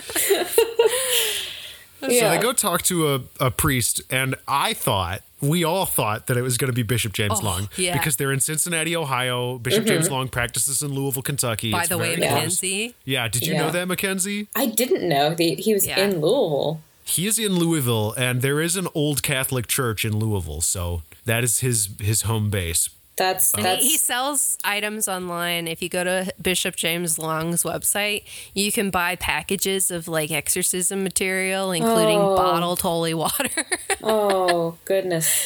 [SPEAKER 1] So
[SPEAKER 3] yeah.
[SPEAKER 1] they go talk to a, a priest, and I thought, we all thought that it was going to be Bishop James
[SPEAKER 2] Oh,
[SPEAKER 1] Long.
[SPEAKER 2] yeah. Mm-hmm.
[SPEAKER 1] Because they're in Cincinnati, Ohio. Bishop James Long practices in Louisville, Kentucky.
[SPEAKER 2] By
[SPEAKER 1] It's
[SPEAKER 2] the way,
[SPEAKER 1] very close.
[SPEAKER 2] Mackenzie.
[SPEAKER 1] Yeah, did you
[SPEAKER 3] Yeah.
[SPEAKER 1] know that, Mackenzie?
[SPEAKER 3] I didn't know that he was
[SPEAKER 2] Yeah.
[SPEAKER 3] in Louisville.
[SPEAKER 1] He is in Louisville, and there is an old Catholic church in Louisville, so that is his his home base.
[SPEAKER 3] That's
[SPEAKER 2] He,
[SPEAKER 3] that's
[SPEAKER 2] he sells items online. If you go to Bishop James Long's website, you can buy packages of like exorcism material, including
[SPEAKER 3] Oh.
[SPEAKER 2] bottled holy water.
[SPEAKER 3] Oh, goodness.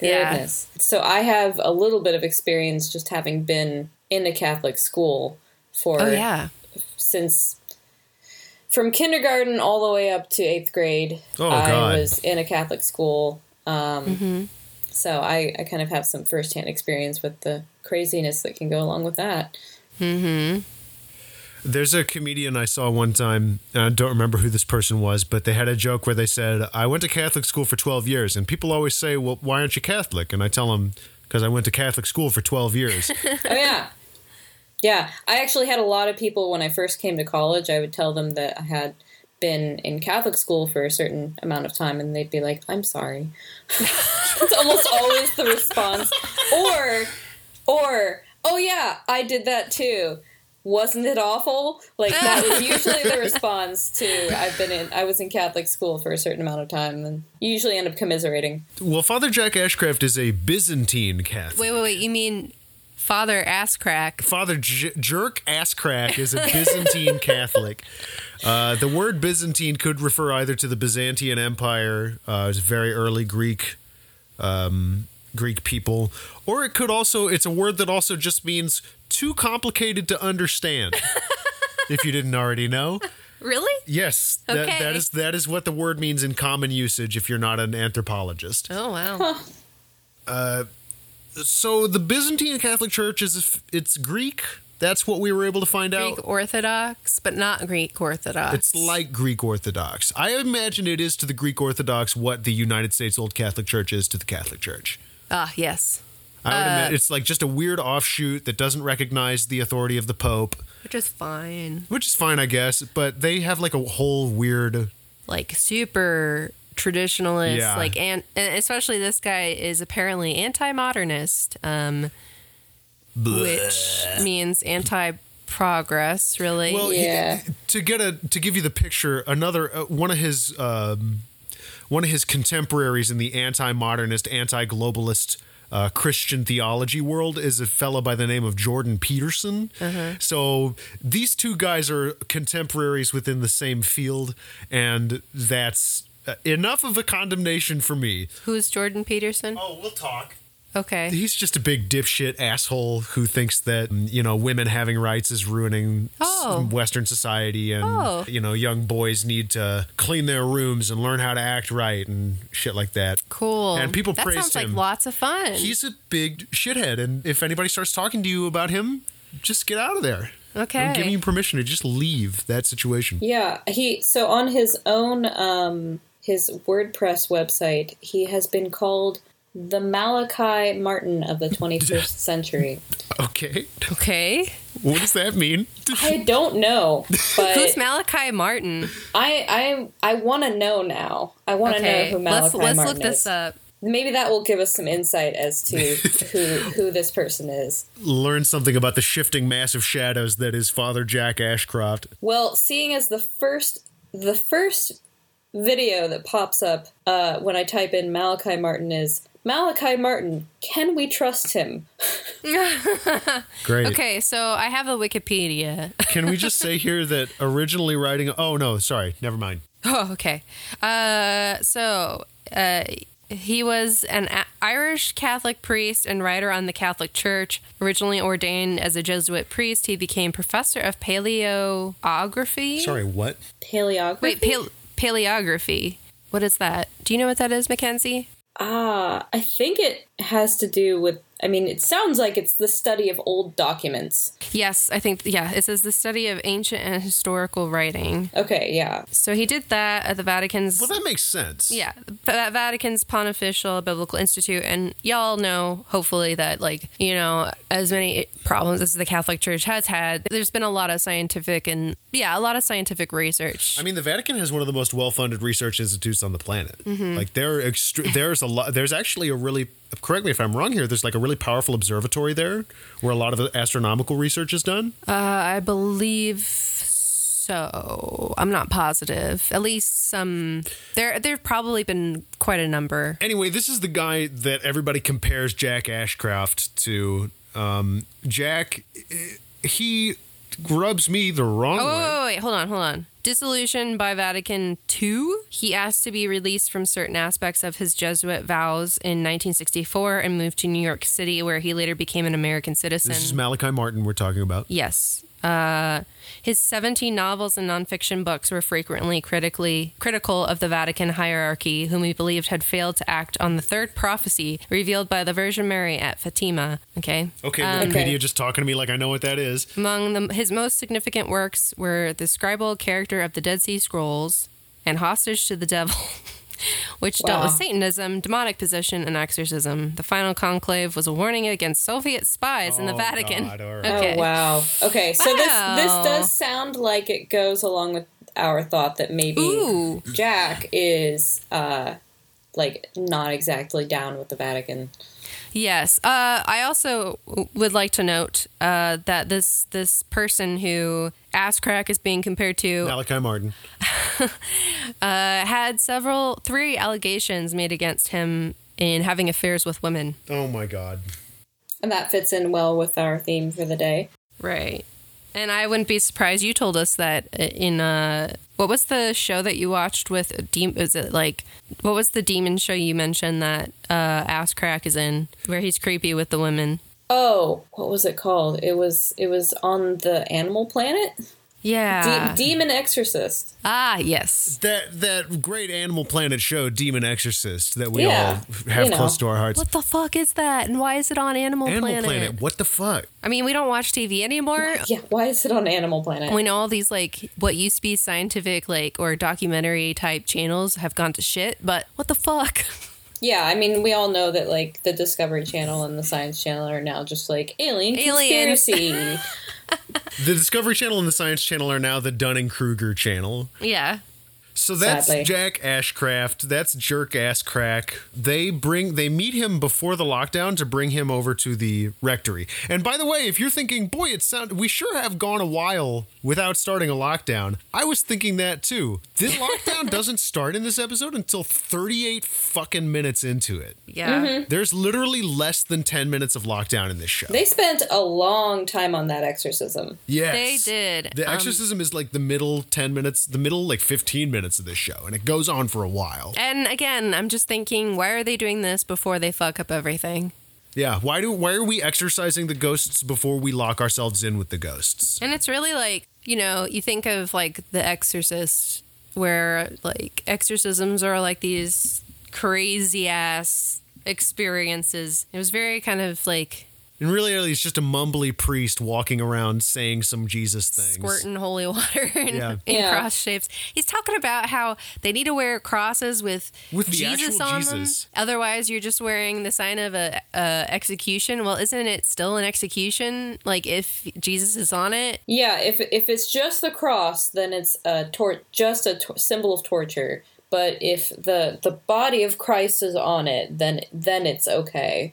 [SPEAKER 2] Yeah.
[SPEAKER 3] Goodness. So I have a little bit of experience just having been in a Catholic school for
[SPEAKER 2] Oh,
[SPEAKER 3] since from kindergarten all the way up to eighth grade.
[SPEAKER 1] Oh,
[SPEAKER 3] I
[SPEAKER 1] God.
[SPEAKER 3] was in a Catholic school. Um, So I, I kind of have some firsthand experience with the craziness that can go along with that.
[SPEAKER 1] There's a comedian I saw one time, and I don't remember who this person was, but they had a joke where they said, I went to Catholic school for 12 years, and people always say, Well, why aren't you Catholic? And I tell them, because I went to Catholic school for 12 years.
[SPEAKER 3] Oh, yeah. Yeah. I actually had a lot of people when I first came to college, I would tell them that I had been in Catholic school for a certain amount of time, and they'd be like, I'm sorry. It's almost always the response. Or, or, oh, yeah, I did that too. Wasn't it awful? Like that was usually the response to I've been in I was in Catholic school for a certain amount of time and you usually end up commiserating.
[SPEAKER 1] Well, Father Jack Ashcraft is a Byzantine Catholic.
[SPEAKER 2] Wait, wait, wait. You mean Father Ass Crack?
[SPEAKER 1] Father J- Jerk Asscrack is a Byzantine Catholic. Uh, the word Byzantine could refer either to the Byzantine Empire, uh, it was very early Greek um, Greek people, or it could also it's a word that also just means too complicated to understand. if you didn't already know.
[SPEAKER 2] Really?
[SPEAKER 1] Yes, that,
[SPEAKER 2] Okay.
[SPEAKER 1] that is that is what the word means in common usage if you're not an anthropologist.
[SPEAKER 2] Oh wow.
[SPEAKER 1] So the Byzantine Catholic Church is if it's Greek. That's what we were able to find out.
[SPEAKER 2] Greek Orthodox, but not Greek Orthodox.
[SPEAKER 1] It's like Greek Orthodox. I imagine it is to the Greek Orthodox what the United States Old Catholic Church is to the Catholic Church.
[SPEAKER 2] ah yes,
[SPEAKER 1] I would imagine it's like just a weird offshoot that doesn't recognize the authority of the Pope,
[SPEAKER 2] which is fine.
[SPEAKER 1] which is fine, I guess. But they have like a whole weird
[SPEAKER 2] Like super traditionalist,
[SPEAKER 1] Yeah.
[SPEAKER 2] like and and especially this guy is apparently anti-modernist, um, which means anti-progress. Really,
[SPEAKER 1] Well, he-
[SPEAKER 3] Yeah.
[SPEAKER 1] to get a to give you the picture, another uh, one of his um, one of his contemporaries in the anti-modernist, anti-globalist uh, Christian theology world is a fellow by the name of Jordan Peterson. So these two guys are contemporaries within the same field, and that's uh, enough of a condemnation for me.
[SPEAKER 2] who's Jordan Peterson?
[SPEAKER 1] Oh, we'll talk.
[SPEAKER 2] Okay.
[SPEAKER 1] He's just a big dipshit asshole who thinks that mm, you know women having rights is ruining s-
[SPEAKER 2] Oh.
[SPEAKER 1] Western society, and
[SPEAKER 2] Oh.
[SPEAKER 1] you know young boys need to clean their rooms and learn how to act right and shit like that.
[SPEAKER 2] Cool.
[SPEAKER 1] And people
[SPEAKER 2] that
[SPEAKER 1] praised
[SPEAKER 2] sounds
[SPEAKER 1] him.
[SPEAKER 2] like lots of fun.
[SPEAKER 1] He's a big shithead, and if anybody starts talking to you about him, just get out of there.
[SPEAKER 2] okay.
[SPEAKER 1] I'm giving you permission to just leave that situation.
[SPEAKER 3] Yeah, he so on his own um his WordPress website, he has been called the Malachi Martin of the 21st century.
[SPEAKER 1] Okay,
[SPEAKER 2] okay.
[SPEAKER 1] what does that mean?
[SPEAKER 3] I don't know, but
[SPEAKER 2] Who's Malachi Martin?
[SPEAKER 3] I I I want to know now. I want to
[SPEAKER 2] Okay.
[SPEAKER 3] know who Malachi
[SPEAKER 2] Let's let's
[SPEAKER 3] Martin
[SPEAKER 2] look this
[SPEAKER 3] is.
[SPEAKER 2] up.
[SPEAKER 3] Maybe that will give us some insight as to who who this person is.
[SPEAKER 1] Learn something about the shifting massive shadows that is Father Jack Ashcroft.
[SPEAKER 3] Well, seeing as the first the first video that pops up uh, when I type in Malachi Martin is Malachi Martin. Can we trust him?
[SPEAKER 1] Great.
[SPEAKER 2] Okay, so I have a Wikipedia.
[SPEAKER 1] Can we just say here that originally writing? Oh no, sorry, never mind.
[SPEAKER 2] Oh, okay. Uh, so uh, he was an a- Irish Catholic priest and writer on the Catholic Church. Originally ordained as a Jesuit priest, he became professor of paleography.
[SPEAKER 1] Sorry, what?
[SPEAKER 3] Paleography.
[SPEAKER 2] Wait, pale- paleography. What is that? Do you know what that is, Mackenzie?
[SPEAKER 3] ah, I think it has to do with. I mean, it sounds like it's the study of old documents.
[SPEAKER 2] Yes, I think, yeah, it says the study of ancient and historical writing.
[SPEAKER 3] Okay, yeah.
[SPEAKER 2] So he did that at the Vatican's.
[SPEAKER 1] Well, that makes sense.
[SPEAKER 2] Yeah, that Vatican's Pontifical Biblical Institute, and y'all know, hopefully, that like you know, as many problems as the Catholic Church has had, there's been a lot of scientific and yeah, a lot of scientific research.
[SPEAKER 1] I mean, the Vatican has one of the most well-funded research institutes on the planet.
[SPEAKER 2] Mm-hmm.
[SPEAKER 1] Like there, are extre- there's a lot. There's actually a really. Correct me if I'm wrong here. There's like a really powerful observatory there where a lot of astronomical research is done.
[SPEAKER 2] Uh, I believe so. I'm not positive. At least some there there've probably been quite a number.
[SPEAKER 1] Anyway, this is the guy that everybody compares Jack Ashcroft to. Um, Jack, eh, he rubs me the wrong
[SPEAKER 2] Oh,
[SPEAKER 1] way.
[SPEAKER 2] wait, wait, wait, hold on, hold on. Dissolution by Vatican II. He asked to be released from certain aspects of his Jesuit vows in 1964 and moved to New York City, where he later became an American citizen.
[SPEAKER 1] This is Malachi Martin we're talking about.
[SPEAKER 2] yes. Uh, his 17 novels and nonfiction books were frequently critically critical of the Vatican hierarchy, whom he believed had failed to act on the third prophecy revealed by the Virgin Mary at Fatima. Okay. Uh,
[SPEAKER 1] Okay, Wikipedia
[SPEAKER 3] Um, Okay.
[SPEAKER 1] just talking to me like I know what that is.
[SPEAKER 2] Among the, his most significant works were the scribal character of the Dead Sea Scrolls and Hostage to the Devil, which dealt with
[SPEAKER 3] Wow.
[SPEAKER 2] Satanism, demonic possession, and exorcism. The final conclave was a warning against Soviet spies in the
[SPEAKER 1] Oh,
[SPEAKER 2] Vatican.
[SPEAKER 1] God, all right.
[SPEAKER 2] Okay.
[SPEAKER 3] Oh wow. Okay, so
[SPEAKER 2] Wow.
[SPEAKER 3] this this does sound like it goes along with our thought that maybe
[SPEAKER 2] Ooh.
[SPEAKER 3] Jack is uh like not exactly down with the Vatican.
[SPEAKER 2] Yes. Uh, I also w- would like to note uh, that this this person who ass crack is being compared to
[SPEAKER 1] Malachi Martin.
[SPEAKER 2] uh, had several three allegations made against him in having affairs with women.
[SPEAKER 1] Oh my God.
[SPEAKER 3] And that fits in well with our theme for the day.
[SPEAKER 2] Right. And I wouldn't be surprised. You told us that in uh, What was the show that you watched with a demon? Is it like what was the demon show you mentioned that uh, ass crack is in where he's creepy with the women?
[SPEAKER 3] Oh, what was it called? It was it was on the Animal Planet. De-
[SPEAKER 2] Yeah.
[SPEAKER 3] Demon Exorcist.
[SPEAKER 2] ah, yes.
[SPEAKER 1] That that great Animal Planet show, Demon Exorcist, that we
[SPEAKER 3] Yeah,
[SPEAKER 1] all have
[SPEAKER 3] you know.
[SPEAKER 1] close to our hearts.
[SPEAKER 2] What the fuck is that? And why is it on Animal,
[SPEAKER 1] Animal
[SPEAKER 2] Planet?
[SPEAKER 1] Planet. What the fuck?
[SPEAKER 2] I mean, we don't watch TV anymore.
[SPEAKER 3] Yeah, why is it on Animal Planet?
[SPEAKER 2] We know all these like what used to be scientific like or documentary type channels have gone to shit, but what the fuck?
[SPEAKER 3] Yeah, I mean, we all know that like the Discovery Channel and the Science Channel are now just like alien
[SPEAKER 2] Aliens.
[SPEAKER 3] conspiracy.
[SPEAKER 1] The Discovery Channel and the Science Channel are now the Dunning Kruger Channel.
[SPEAKER 2] Yeah.
[SPEAKER 1] So that's
[SPEAKER 3] Sadly.
[SPEAKER 1] Jack Ashcraft. That's Jerk Ass Crack. They bring they meet him before the lockdown to bring him over to the rectory. And by the way, if you're thinking, boy, it sound we sure have gone a while without starting a lockdown. I was thinking that too. The lockdown doesn't start in this episode until 38 fucking minutes into it.
[SPEAKER 2] Yeah.
[SPEAKER 3] Mm-hmm.
[SPEAKER 1] There's literally less than 10 minutes of lockdown in this show.
[SPEAKER 3] they spent a long time on that exorcism.
[SPEAKER 1] Yes.
[SPEAKER 2] They did.
[SPEAKER 1] The
[SPEAKER 2] Um,
[SPEAKER 1] exorcism is like the middle 10 minutes, the middle like 15 minutes of this show, and it goes on for a while.
[SPEAKER 2] And again, I'm just thinking, why are they doing this before they fuck up everything?
[SPEAKER 1] Yeah, why do why are we exorcising the ghosts before we lock ourselves in with the ghosts?
[SPEAKER 2] And it's really like, you know, you think of like The Exorcist, where like exorcisms are like these crazy ass experiences. It was very kind of like
[SPEAKER 1] And really, really, it's just a mumbly priest walking around saying some Jesus things.
[SPEAKER 2] squirting holy water in,
[SPEAKER 1] Yeah.
[SPEAKER 2] in
[SPEAKER 3] Yeah.
[SPEAKER 2] cross shapes. He's talking about how they need to wear crosses with,
[SPEAKER 1] With the
[SPEAKER 2] Jesus
[SPEAKER 1] actual
[SPEAKER 2] on
[SPEAKER 1] Jesus.
[SPEAKER 2] them. Otherwise, you're just wearing the sign of a, a execution. Well, isn't it still an execution? Like if Jesus is on it,
[SPEAKER 3] Yeah, if if it's just the cross, then it's a tor- just a tor- symbol of torture. But if the the body of Christ is on it, then then it's okay.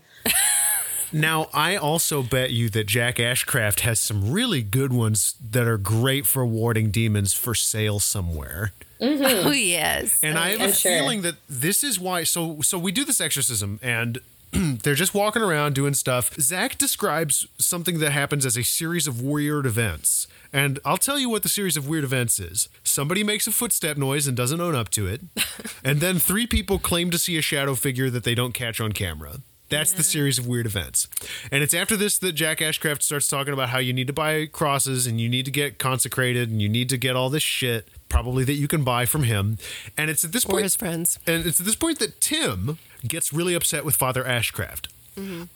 [SPEAKER 1] Now, I also bet you that Jack Ashcraft has some really good ones that are great for warding demons for sale somewhere.
[SPEAKER 2] oh yes,
[SPEAKER 1] And I have
[SPEAKER 3] I'm
[SPEAKER 1] a
[SPEAKER 3] sure.
[SPEAKER 1] feeling that this is why. So, so we do this exorcism, and they're just walking around doing stuff. Zach describes something that happens as a series of weird events, and I'll tell you what the series of weird events is. Somebody makes a footstep noise and doesn't own up to it, and then three people claim to see a shadow figure that they don't catch on camera. That's the series of weird events. And it's after this that Jack Ashcraft starts talking about how you need to buy crosses and you need to get consecrated and you need to get all this shit, probably that you can buy from him. And it's at this
[SPEAKER 2] or
[SPEAKER 1] point
[SPEAKER 2] his friends.
[SPEAKER 1] and it's at this point that Tim gets really upset with Father Ashcraft.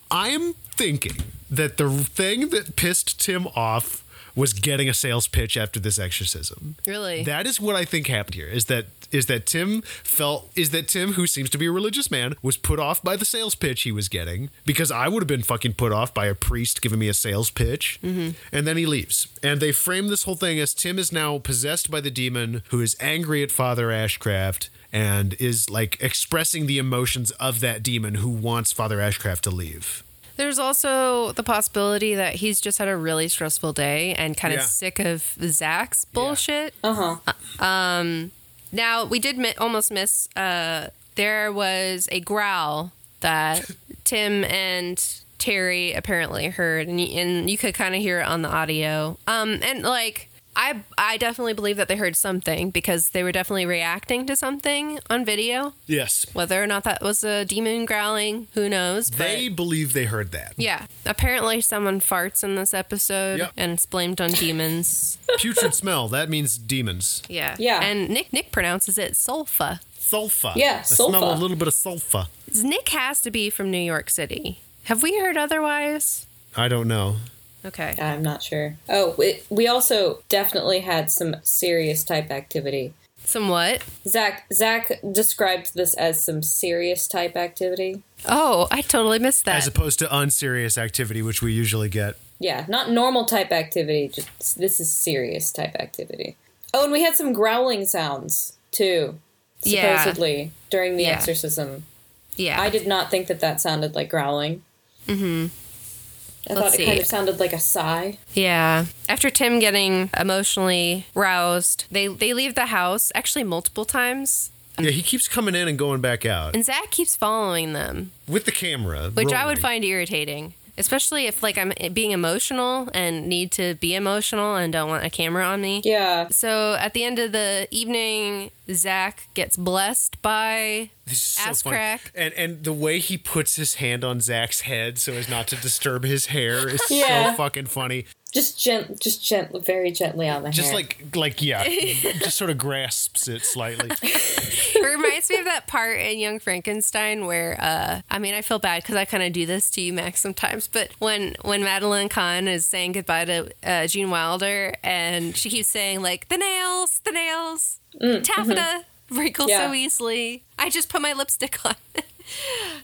[SPEAKER 1] I'm thinking that the thing that pissed Tim off was getting a sales pitch after this exorcism.
[SPEAKER 2] Really?
[SPEAKER 1] That is what I think happened here. Is that is that Tim felt is that Tim, who seems to be a religious man, was put off by the sales pitch he was getting because I would have been fucking put off by a priest giving me a sales pitch, and then he leaves. And they frame this whole thing as Tim is now possessed by the demon who is angry at Father Ashcraft and is like expressing the emotions of that demon who wants Father Ashcraft to leave.
[SPEAKER 2] There's also the possibility that he's just had a really stressful day and kind
[SPEAKER 1] Yeah.
[SPEAKER 2] of sick of Zach's bullshit. um,
[SPEAKER 3] Uh huh.
[SPEAKER 2] Now we did mi- almost miss. Uh, there was a growl that Tim and Terry apparently heard, and, y- and you could kind of hear it on the audio. Um, and like I, I definitely believe that they heard something because they were definitely reacting to something on video.
[SPEAKER 1] Yes.
[SPEAKER 2] Whether or not that was a demon growling, who knows? But
[SPEAKER 1] They believe they heard that.
[SPEAKER 2] yeah, apparently someone farts in this episode,
[SPEAKER 1] Yep.
[SPEAKER 2] and it's blamed on demons.
[SPEAKER 1] Putrid smell, that means demons.
[SPEAKER 2] Yeah,
[SPEAKER 3] Yeah.
[SPEAKER 2] And Nick Nick pronounces it sulfa.
[SPEAKER 1] Sulfa.
[SPEAKER 3] Yeah,
[SPEAKER 1] I smell a
[SPEAKER 3] sulfa.
[SPEAKER 1] little bit of sulfa.
[SPEAKER 2] Nick has to be from New York City. Have we heard otherwise?
[SPEAKER 1] I don't know.
[SPEAKER 2] Okay.
[SPEAKER 3] I'm not sure. Oh, we, we also definitely had some serious type activity.
[SPEAKER 2] Somewhat.
[SPEAKER 3] Zach Zach described this as some serious type activity.
[SPEAKER 2] Oh, I totally missed that.
[SPEAKER 1] as opposed to unserious activity, which we usually get.
[SPEAKER 3] Yeah, not normal type activity. Just this is serious type activity. Oh, and we had some growling sounds too,
[SPEAKER 2] Yeah.
[SPEAKER 3] supposedly during the
[SPEAKER 2] Yeah.
[SPEAKER 3] exorcism.
[SPEAKER 2] yeah.
[SPEAKER 3] I did not think that that sounded like growling. Mm-hmm. I
[SPEAKER 2] Let's
[SPEAKER 3] thought it kind
[SPEAKER 2] see.
[SPEAKER 3] of sounded like a sigh.
[SPEAKER 2] yeah. After Tim getting emotionally roused, they they leave the house actually multiple times.
[SPEAKER 1] Yeah, he keeps coming in and going back out
[SPEAKER 2] And Zach keeps following them,
[SPEAKER 1] with the camera,
[SPEAKER 2] which I would
[SPEAKER 1] rolling.
[SPEAKER 2] find irritating. especially if like I'm being emotional and need to be emotional and don't want a camera on me.
[SPEAKER 3] Yeah.
[SPEAKER 2] So at the end of the evening, Zach gets blessed by
[SPEAKER 1] This is so
[SPEAKER 2] Ass
[SPEAKER 1] funny.
[SPEAKER 2] crack.
[SPEAKER 1] And and the way he puts his hand on Zach's head so as not to disturb his hair is
[SPEAKER 3] Yeah.
[SPEAKER 1] so fucking funny.
[SPEAKER 3] Just gent, just gently, very gently on the
[SPEAKER 1] Just
[SPEAKER 3] hair.
[SPEAKER 1] like like yeah, just sort of grasps it slightly.
[SPEAKER 2] It reminds me of that part in Young Frankenstein where, uh, I mean, I feel bad because I kind of do this to you, Max, sometimes. But when when Madeline Kahn is saying goodbye to uh, Gene Wilder, and she keeps saying like the nails, the nails, taffeta wrinkles
[SPEAKER 3] Yeah.
[SPEAKER 2] so easily. I just put my lipstick on.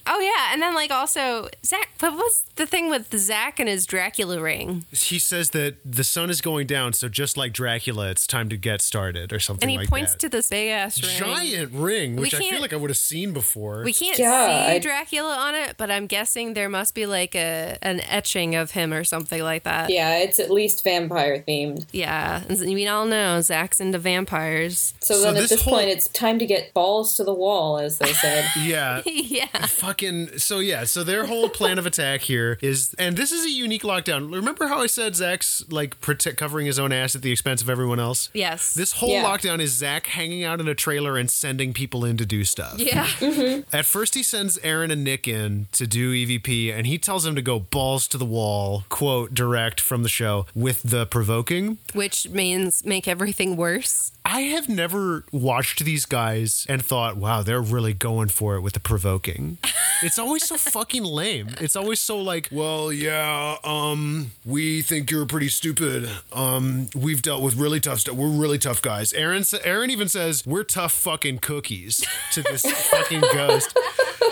[SPEAKER 2] oh yeah, and then like also Zach. What was the thing with Zach and his Dracula ring?
[SPEAKER 1] He says that the sun is going down, so just like Dracula, it's time to get started or something
[SPEAKER 2] And he
[SPEAKER 1] like
[SPEAKER 2] points
[SPEAKER 1] that.
[SPEAKER 2] to this big ass ring.
[SPEAKER 1] giant ring, which I feel
[SPEAKER 2] can't-
[SPEAKER 1] like I would have seen before.
[SPEAKER 2] We can't
[SPEAKER 3] Yeah,
[SPEAKER 2] see
[SPEAKER 3] I-
[SPEAKER 2] Dracula on it, but I'm guessing there must be like a an etching of him or something like that.
[SPEAKER 3] yeah, it's at least vampire themed.
[SPEAKER 2] Yeah, and we all know Zach's into vampires.
[SPEAKER 3] So,
[SPEAKER 1] So
[SPEAKER 3] then
[SPEAKER 1] this
[SPEAKER 3] at this
[SPEAKER 1] whole-
[SPEAKER 3] point, it's time to get balls to the wall, as they said.
[SPEAKER 1] yeah.
[SPEAKER 2] yeah.
[SPEAKER 1] Fucking so yeah, so their whole plan of attack here is and this is a unique lockdown. Remember how I said Zach's like protect covering his own ass at the expense of everyone else?
[SPEAKER 2] Yes.
[SPEAKER 1] This whole
[SPEAKER 3] Yeah.
[SPEAKER 1] lockdown is Zach hanging out in a trailer and sending people in to do stuff.
[SPEAKER 2] yeah.
[SPEAKER 1] At first, he sends Aaron and Nick in to do EVP, and he tells them to go balls to the wall, quote, direct from the show, with the provoking.
[SPEAKER 2] Which means make everything worse.
[SPEAKER 1] I have never watched these guys and thought, wow, they're really going for it with the provoking. It's always so fucking lame. It's always so like, well, yeah, um, we think you're pretty stupid. Um, we've dealt with really tough stuff. We're really tough guys. Aaron, sa- Aaron even says, we're tough fucking cookies to this fucking ghost.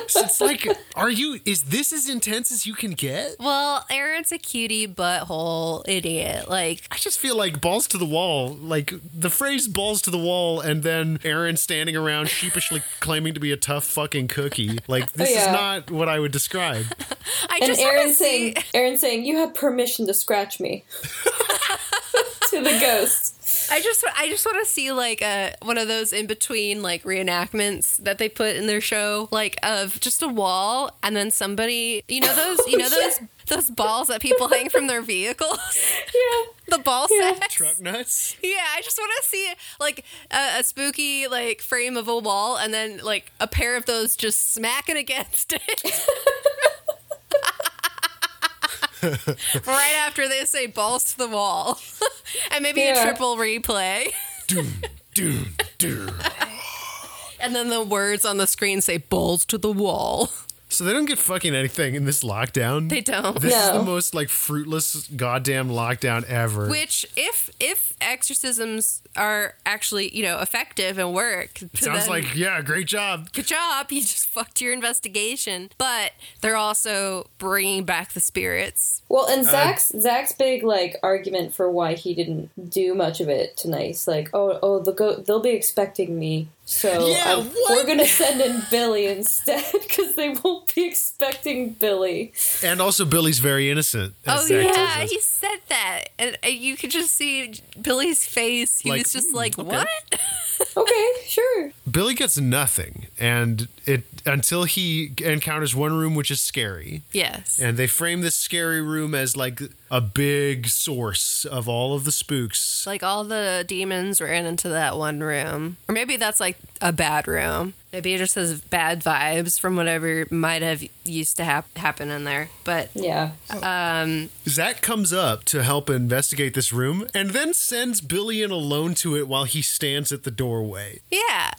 [SPEAKER 1] So it's like, are you, is this as intense as you can get?
[SPEAKER 2] Well, Aaron's a cutie butthole idiot. Like,
[SPEAKER 1] I just feel like balls to the wall, like the phrase balls to the wall, and then Aaron standing around sheepishly claiming to be a tough fucking cookie. Like, this is
[SPEAKER 3] yeah.
[SPEAKER 1] not what I would describe.
[SPEAKER 2] I
[SPEAKER 3] And
[SPEAKER 2] just wanna
[SPEAKER 3] Aaron
[SPEAKER 2] see.
[SPEAKER 3] saying, Aaron saying, you have permission to scratch me to the ghost.
[SPEAKER 2] I just I just want to see like a one of those in between like reenactments that they put in their show like of just a wall and then somebody you know those you know
[SPEAKER 3] Oh,
[SPEAKER 2] those those balls that people hang from their vehicles the
[SPEAKER 3] Yeah,
[SPEAKER 2] ball
[SPEAKER 3] Yeah.
[SPEAKER 2] sacks
[SPEAKER 1] Truck nuts?
[SPEAKER 2] yeah I just want to see like a, a spooky like frame of a wall and then like a pair of those just smacking against it. right after they say balls to the wall and maybe a
[SPEAKER 3] Yeah.
[SPEAKER 2] triple replay.
[SPEAKER 1] Doom, doom, doom.
[SPEAKER 2] And then the words on the screen say balls to the wall.
[SPEAKER 1] So they don't get fucking anything in this lockdown.
[SPEAKER 2] They don't.
[SPEAKER 1] This is
[SPEAKER 3] No.
[SPEAKER 1] the most like fruitless goddamn lockdown ever.
[SPEAKER 2] Which if if exorcisms are actually, you know, effective and work,
[SPEAKER 1] Sounds
[SPEAKER 2] then
[SPEAKER 1] like, yeah, great job.
[SPEAKER 2] good job. You just fucked your investigation. But they're also bringing back the spirits.
[SPEAKER 3] Well, and Zach's Zach's big like argument for why he didn't do much of it tonight. He's like, oh, oh, the go- they'll be expecting me, so
[SPEAKER 1] Yeah,
[SPEAKER 3] I'm-
[SPEAKER 1] what?
[SPEAKER 3] we're gonna send in Billy instead because they won't be expecting Billy.
[SPEAKER 1] And also, Billy's very innocent. as
[SPEAKER 2] oh
[SPEAKER 1] Zach tells
[SPEAKER 2] yeah,
[SPEAKER 1] us.
[SPEAKER 2] he said that, and uh, you could just see Billy's face. He
[SPEAKER 1] Like,
[SPEAKER 2] was just
[SPEAKER 1] "Mm,
[SPEAKER 2] like,
[SPEAKER 1] okay."
[SPEAKER 2] "What?"
[SPEAKER 3] Okay, sure.
[SPEAKER 1] Billy gets nothing, and it until he encounters one room which is scary.
[SPEAKER 2] Yes.
[SPEAKER 1] And they frame this scary room as like a big source of all of the spooks.
[SPEAKER 2] Like all the demons ran into that one room. Or maybe that's like a bad room. Maybe it just has bad vibes from whatever might have used to hap- happen in there. But
[SPEAKER 3] Yeah,
[SPEAKER 1] Zach comes up to help investigate this room and then sends Billy in alone to it while he stands at the doorway.
[SPEAKER 2] yeah,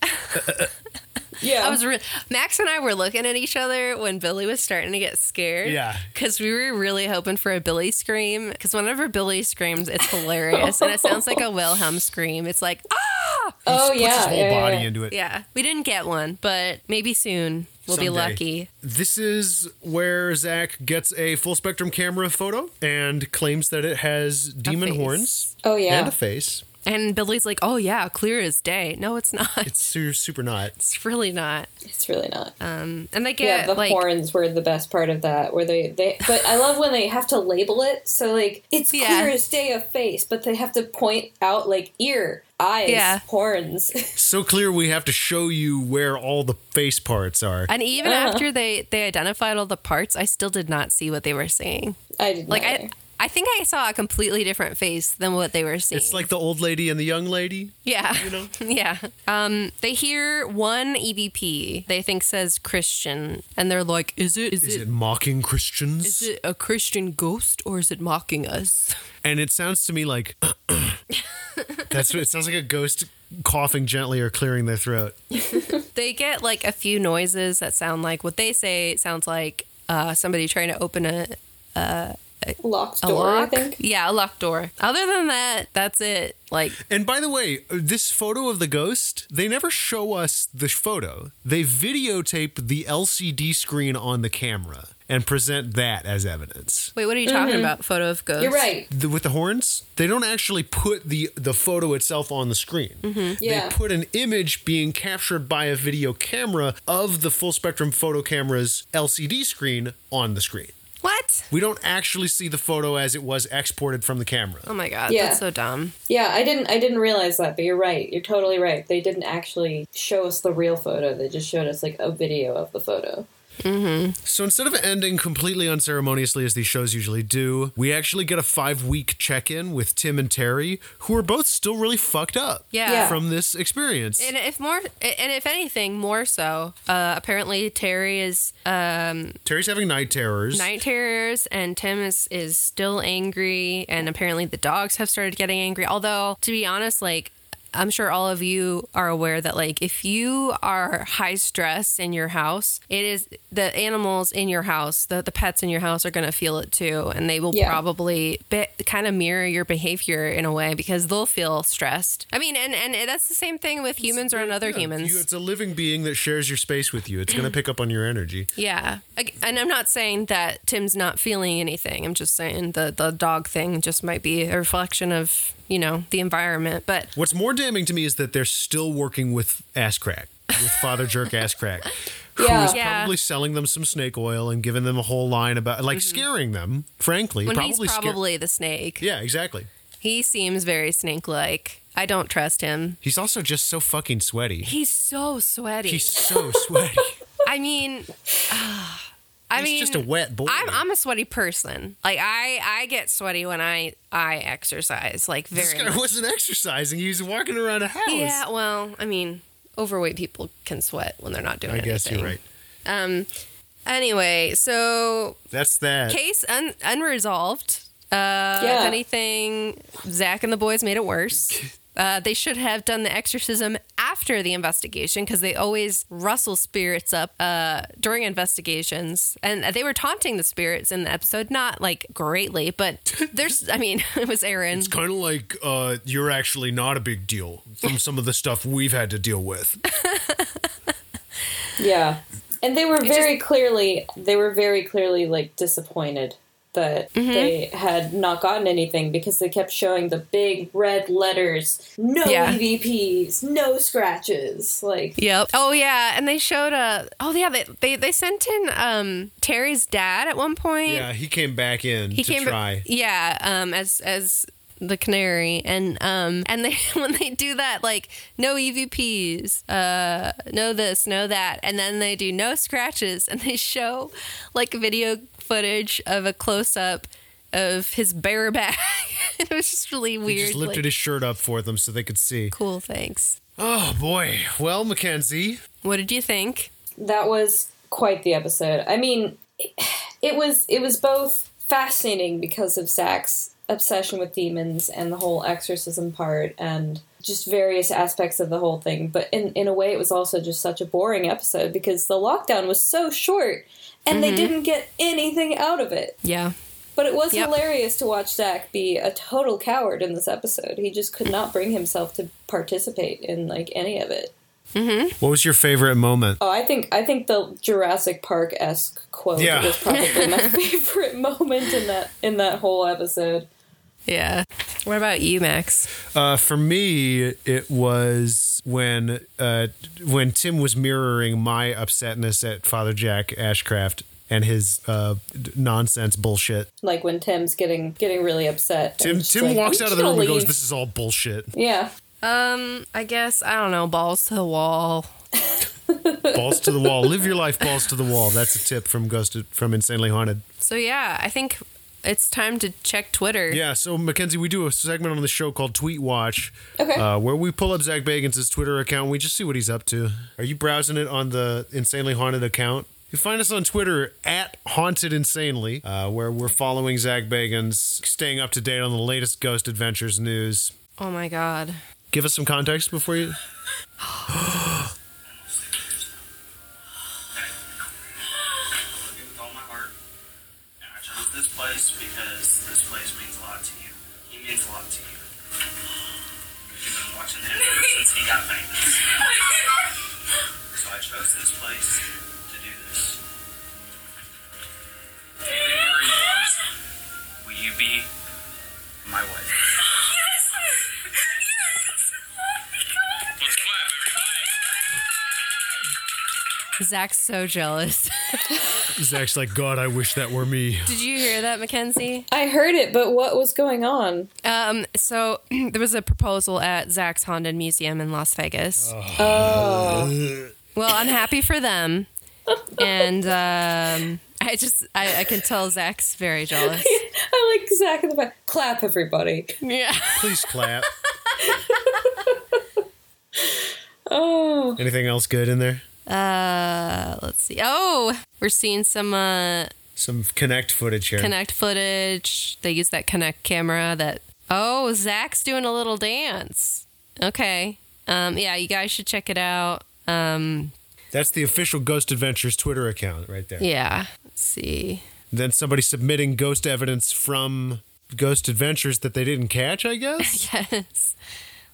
[SPEAKER 3] yeah.
[SPEAKER 2] I was re- Max and I were looking at each other when Billy was starting to get scared.
[SPEAKER 1] Yeah.
[SPEAKER 2] Because we were really hoping for a Billy scream. Because whenever Billy screams, it's hilarious. and it sounds like a Wilhelm scream. It's like, ah!
[SPEAKER 3] oh
[SPEAKER 1] Puts his
[SPEAKER 3] yeah,
[SPEAKER 1] whole
[SPEAKER 3] yeah, yeah,
[SPEAKER 1] body
[SPEAKER 3] yeah.
[SPEAKER 1] into it.
[SPEAKER 2] Yeah. We didn't get one, but maybe soon we'll be
[SPEAKER 1] Someday.
[SPEAKER 2] lucky.
[SPEAKER 1] This is where Zach gets a full spectrum camera photo and claims that it has demon
[SPEAKER 2] face.
[SPEAKER 1] horns
[SPEAKER 3] Oh yeah.
[SPEAKER 1] and a face.
[SPEAKER 2] And Billy's like, oh, yeah, clear as day. No, it's not. It's,
[SPEAKER 4] It's super, super not.
[SPEAKER 2] really not.
[SPEAKER 3] It's really not.
[SPEAKER 2] And they get
[SPEAKER 3] yeah, the
[SPEAKER 2] uh, like,
[SPEAKER 3] horns were the best part of that. Where they they, but I love when they have to label it. So like it's
[SPEAKER 2] Yeah.
[SPEAKER 3] clear as day of face, but they have to point out like ear, eyes,
[SPEAKER 2] Yeah.
[SPEAKER 3] horns.
[SPEAKER 1] So clear we have to show you where all the face parts are.
[SPEAKER 2] and even after they they identified all the parts, I still did not see what they were singing.
[SPEAKER 3] I didn't
[SPEAKER 2] Like,
[SPEAKER 3] either.
[SPEAKER 2] I. I think I saw a completely different face than what they were seeing.
[SPEAKER 4] It's like the old lady and the young lady.
[SPEAKER 2] Yeah. Yeah. Um, they hear one EVP they think says Christian, and they're like, is it, is,
[SPEAKER 1] Is
[SPEAKER 2] it,
[SPEAKER 1] it mocking Christians?
[SPEAKER 2] is it a Christian ghost or is it mocking us?
[SPEAKER 1] and it sounds to me like that's what it sounds like a ghost coughing gently or clearing their throat.
[SPEAKER 2] They get like a few noises that sound like what they say sounds like uh, somebody trying to open a,
[SPEAKER 3] locked
[SPEAKER 2] a
[SPEAKER 3] door. I
[SPEAKER 2] lock.
[SPEAKER 3] think
[SPEAKER 2] Yeah, a locked door. Other than that, that's it. Like,
[SPEAKER 1] And by the way, this photo of the ghost, they never show us the photo. They videotape the LCD screen on the camera and present that as evidence.
[SPEAKER 2] wait, what are you talking about? Photo of ghosts?
[SPEAKER 3] you're right.
[SPEAKER 1] The, with the horns, they don't actually put the the photo itself on the screen.
[SPEAKER 2] Mm-hmm.
[SPEAKER 3] Yeah.
[SPEAKER 1] They put an image being captured by a video camera of the full spectrum photo camera's LCD screen on the screen.
[SPEAKER 2] What?
[SPEAKER 1] We don't actually see the photo as it was exported from the camera.
[SPEAKER 2] Oh my God.
[SPEAKER 3] Yeah.
[SPEAKER 2] That's so dumb.
[SPEAKER 3] Yeah, I didn't I didn't realize that, but you're right. You're totally right. They didn't actually show us the real photo. They just showed us like a video of the photo.
[SPEAKER 1] So instead of ending completely unceremoniously as these shows usually do, we actually get a five week check in with Tim and Terry, who are both still really fucked up
[SPEAKER 2] Yeah.
[SPEAKER 3] Yeah.
[SPEAKER 1] from this experience.
[SPEAKER 2] And if more, and if anything, more so. Uh, apparently, Terry is
[SPEAKER 1] Terry's having night terrors.
[SPEAKER 2] night terrors and tim is, is still angry and apparently the dogs have started getting angry although to be honest like i'm sure all of you are aware that like if you are high stress in your house it is the animals in your house the, the pets in your house are going to feel it too and they will
[SPEAKER 3] Yeah.
[SPEAKER 2] probably be, kind of mirror your behavior in a way because they'll feel stressed i mean and and that's the same thing with humans around other
[SPEAKER 1] Yeah,
[SPEAKER 2] humans
[SPEAKER 1] you- it's a living being that shares your space with you. It's going to pick up on your energy.
[SPEAKER 2] Yeah. Ag- And I'm not saying that Tim's not feeling anything. I'm just saying the, the dog thing just might be a reflection of, you know, the environment. But
[SPEAKER 1] What's more damning to me is that they're still working with ass crack, with Father Jerk ass crack, who
[SPEAKER 3] Yeah.
[SPEAKER 1] is
[SPEAKER 2] Yeah.
[SPEAKER 1] probably selling them some snake oil and giving them a whole line about, like, scaring them. Frankly,
[SPEAKER 2] Mm-hmm. when
[SPEAKER 1] probably,
[SPEAKER 2] he's
[SPEAKER 1] scar-
[SPEAKER 2] probably the snake,
[SPEAKER 1] yeah, exactly.
[SPEAKER 2] he seems very snake like. I don't trust him.
[SPEAKER 1] He's also just so fucking sweaty.
[SPEAKER 2] He's so sweaty.
[SPEAKER 1] He's so sweaty.
[SPEAKER 2] I mean, ah, I
[SPEAKER 1] He's
[SPEAKER 2] mean,
[SPEAKER 1] just a wet boy.
[SPEAKER 2] I'm, I'm a sweaty person. Like I, I get sweaty when I, I exercise. Like very.
[SPEAKER 1] this guy
[SPEAKER 2] much.
[SPEAKER 1] wasn't exercising. He was walking around a house.
[SPEAKER 2] Yeah, well, I mean, overweight people can sweat when they're not doing
[SPEAKER 1] I guess
[SPEAKER 2] anything.
[SPEAKER 1] you're right.
[SPEAKER 2] Anyway, so
[SPEAKER 1] That's that.
[SPEAKER 2] case un- unresolved. Uh,
[SPEAKER 3] Yeah.
[SPEAKER 2] If anything, Zach and the boys made it worse. Uh, they should have done the exorcism after the investigation because they always rustle spirits up uh, during investigations, and they were taunting the spirits in the episode, not like greatly, but there's, I mean, it was Aaron.
[SPEAKER 1] It's kind of like uh, you're actually not a big deal from some of the stuff we've had to deal with.
[SPEAKER 3] Yeah. And they were very clearly they were very clearly like disappointed that they had not gotten anything because they kept showing the big red letters, no
[SPEAKER 2] Yeah.
[SPEAKER 3] EVPs, no scratches. Like
[SPEAKER 2] Yep. Oh yeah, and they showed a. Oh yeah, they they, they sent in um Terry's dad at one point.
[SPEAKER 1] Yeah, he came back in
[SPEAKER 2] he
[SPEAKER 1] to
[SPEAKER 2] came
[SPEAKER 1] try.
[SPEAKER 2] yeah um as as the canary and um and they when they do that like no evps uh no this no that and then they do no scratches and they show like video footage of a close-up of his bare back it was just really
[SPEAKER 1] He
[SPEAKER 2] weird
[SPEAKER 1] just lifted
[SPEAKER 2] like,
[SPEAKER 1] his shirt up for them so they could see.
[SPEAKER 2] cool thanks
[SPEAKER 1] Oh boy. Well, Mackenzie,
[SPEAKER 2] what did you think
[SPEAKER 3] that was quite the episode. I mean, it was it was both fascinating because of Zach's obsession with demons and the whole exorcism part and just various aspects of the whole thing. But in in a way, it was also just such a boring episode because the lockdown was so short and they didn't get anything out of it.
[SPEAKER 2] yeah
[SPEAKER 3] But it was
[SPEAKER 2] Yep.
[SPEAKER 3] hilarious to watch Zach be a total coward in this episode. He just could not bring himself to participate in like any of it.
[SPEAKER 1] what was your favorite moment?
[SPEAKER 3] Oh, I think I think the Jurassic Park esque quote
[SPEAKER 1] Yeah.
[SPEAKER 3] was probably my favorite moment in that in that whole episode.
[SPEAKER 2] yeah What about you, Max?
[SPEAKER 1] Uh, for me, it was when uh, when Tim was mirroring my upsetness at Father Jack Ashcraft and his uh, d- nonsense bullshit.
[SPEAKER 3] Like when Tim's getting getting really upset. and
[SPEAKER 1] Tim
[SPEAKER 3] she's
[SPEAKER 1] Tim
[SPEAKER 3] like,
[SPEAKER 1] walks
[SPEAKER 3] "I'm
[SPEAKER 1] out
[SPEAKER 3] just
[SPEAKER 1] of the room
[SPEAKER 3] gonna
[SPEAKER 1] and goes,
[SPEAKER 3] leave."
[SPEAKER 1] "This is all bullshit.
[SPEAKER 3] Yeah.
[SPEAKER 2] Um, I guess I don't know. Balls to the wall.
[SPEAKER 1] Balls to the wall. Live your life, balls to the wall." That's a tip from Ghosted from Insanely Haunted.
[SPEAKER 2] So yeah, I think it's time to check Twitter.
[SPEAKER 1] Yeah, so Mackenzie, we do a segment on the show called Tweet Watch,
[SPEAKER 3] Okay.
[SPEAKER 1] uh, where we pull up Zach Bagans' Twitter account. and We just see what he's up to. Are you browsing it on the Insanely Haunted account? You find us on Twitter at Haunted Insanely, uh, where we're following Zach Bagans, staying up to date on the latest Ghost Adventures news.
[SPEAKER 2] Oh my god.
[SPEAKER 1] Give us some context before you.
[SPEAKER 5] I love you with all my heart, and I chose this place because this place means a lot to you. He means a lot to you. You've been watching him ever since he got famous. So I chose this place to do this. In your years, will you be my wife? Let's clap, everybody.
[SPEAKER 2] Zach's so jealous.
[SPEAKER 1] Zach's like, God, I wish that were me.
[SPEAKER 2] Did you hear that, Mackenzie?
[SPEAKER 3] I heard it, but what was going on?
[SPEAKER 2] Um, so there was a proposal at Zach's Haunted Museum in Las Vegas.
[SPEAKER 1] Uh,
[SPEAKER 3] Oh.
[SPEAKER 2] Well, I'm happy for them, and um, I just I, I can tell Zach's very jealous.
[SPEAKER 3] I like Zach in the back. Clap everybody.
[SPEAKER 2] Yeah.
[SPEAKER 1] Please clap.
[SPEAKER 3] Oh.
[SPEAKER 1] Anything else good in there?
[SPEAKER 2] Uh, let's see. Oh, we're seeing some uh
[SPEAKER 1] Some Connect footage here.
[SPEAKER 2] Connect footage. They use that Connect camera. That oh, Zach's doing a little dance. Okay. Um, yeah, you guys should check it out. Um,
[SPEAKER 1] That's the official Ghost Adventures Twitter account right there.
[SPEAKER 2] yeah. Let's see.
[SPEAKER 1] then somebody submitting ghost evidence from ghost adventures that they didn't catch i guess
[SPEAKER 2] Yes.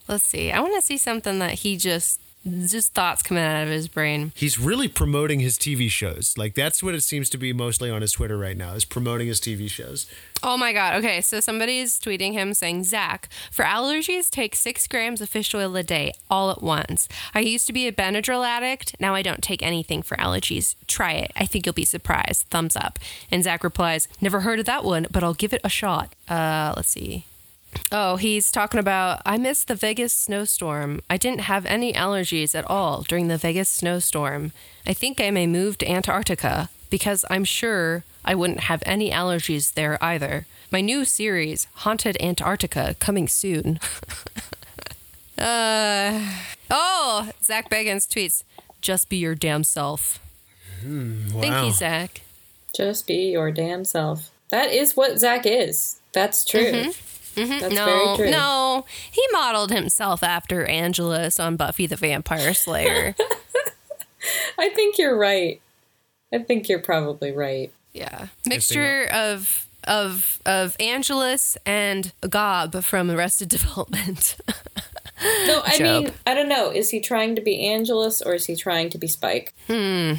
[SPEAKER 2] Let's see. I want to see something that he just just thoughts coming out of his brain.
[SPEAKER 1] he's really promoting his tv shows like that's what it seems to be mostly on his twitter right now is promoting his tv shows
[SPEAKER 2] Oh my God. Okay. So somebody's tweeting him saying, Zach, for allergies, take six grams of fish oil a day all at once. I used to be a Benadryl addict. Now I don't take anything for allergies. Try it. I think you'll be surprised. Thumbs up. And Zach replies, Never heard of that one, but I'll give it a shot. Uh, let's see. Oh, he's talking about I missed the Vegas snowstorm. I didn't have any allergies at all during the Vegas snowstorm. I think I may move to Antarctica because I'm sure I wouldn't have any allergies there either. My new series, Haunted Antarctica, coming soon. uh Oh, Zach Bagans tweets, just be your damn self. Thank you, Zach.
[SPEAKER 3] Just be your damn self. That is what Zach is. That's true. That's
[SPEAKER 2] Mm-hmm. no,
[SPEAKER 3] very true.
[SPEAKER 2] no. He modeled himself after Angelus on Buffy the Vampire Slayer.
[SPEAKER 3] I think you're right. I think you're probably right.
[SPEAKER 2] Yeah, mixture of of of Angelus and Gob from Arrested Development.
[SPEAKER 3] No, I
[SPEAKER 2] Job.
[SPEAKER 3] mean, I don't know. Is he trying to be Angelus or is he trying to be Spike?
[SPEAKER 1] Hmm.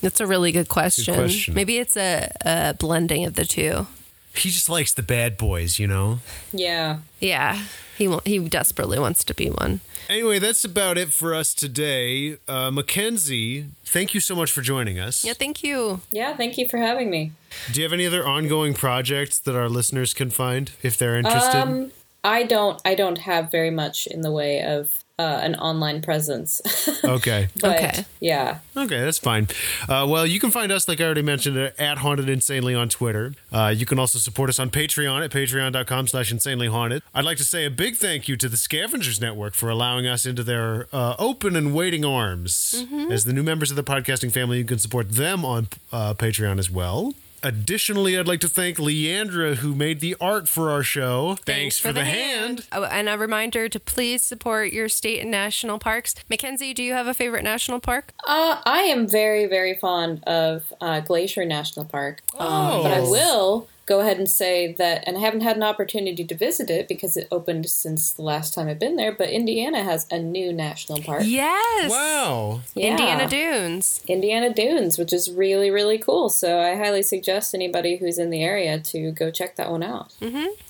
[SPEAKER 2] That's a really good question.
[SPEAKER 1] question.
[SPEAKER 2] Maybe it's a, a blending of the two.
[SPEAKER 1] he just likes the bad boys you know
[SPEAKER 3] Yeah.
[SPEAKER 2] Yeah, he won't, he desperately wants to be one.
[SPEAKER 1] anyway that's about it for us today uh, mackenzie thank you so much for joining us
[SPEAKER 2] Yeah, thank you.
[SPEAKER 3] Yeah, thank you for having me.
[SPEAKER 1] do you have any other ongoing projects that our listeners can find if they're interested
[SPEAKER 2] Um,
[SPEAKER 3] Um, I don't I don't have very much in the way of uh, an online presence.
[SPEAKER 1] okay
[SPEAKER 3] but
[SPEAKER 2] Okay.
[SPEAKER 3] yeah.
[SPEAKER 1] Okay, that's fine. Uh, well, you can find us, like I already mentioned, uh, at Haunted Insanely on Twitter. Uh, you can also support us on Patreon at patreon.com slash insanely haunted. I'd like to say a big thank you to the Scavengers Network for allowing us into their uh, open and waiting arms. As the new members of the podcasting family, you can support them on uh, Patreon as well. Additionally, I'd like to thank Leandra, who made the art for our show. Thanks, for, the, hand.
[SPEAKER 2] Oh, and a reminder to please support your state and national parks. Mackenzie, do you have a favorite national park?
[SPEAKER 3] Uh, I am very very fond of uh, Glacier National Park. Um, but I will go ahead and say that, and I haven't had an opportunity to visit it because it opened since the last time I've been there, but Indiana has a new national park.
[SPEAKER 2] Yes.
[SPEAKER 4] Wow.
[SPEAKER 3] Yeah.
[SPEAKER 2] Indiana Dunes.
[SPEAKER 3] Indiana Dunes, which is really, really cool. So I highly suggest anybody who's in the area to go check that one out.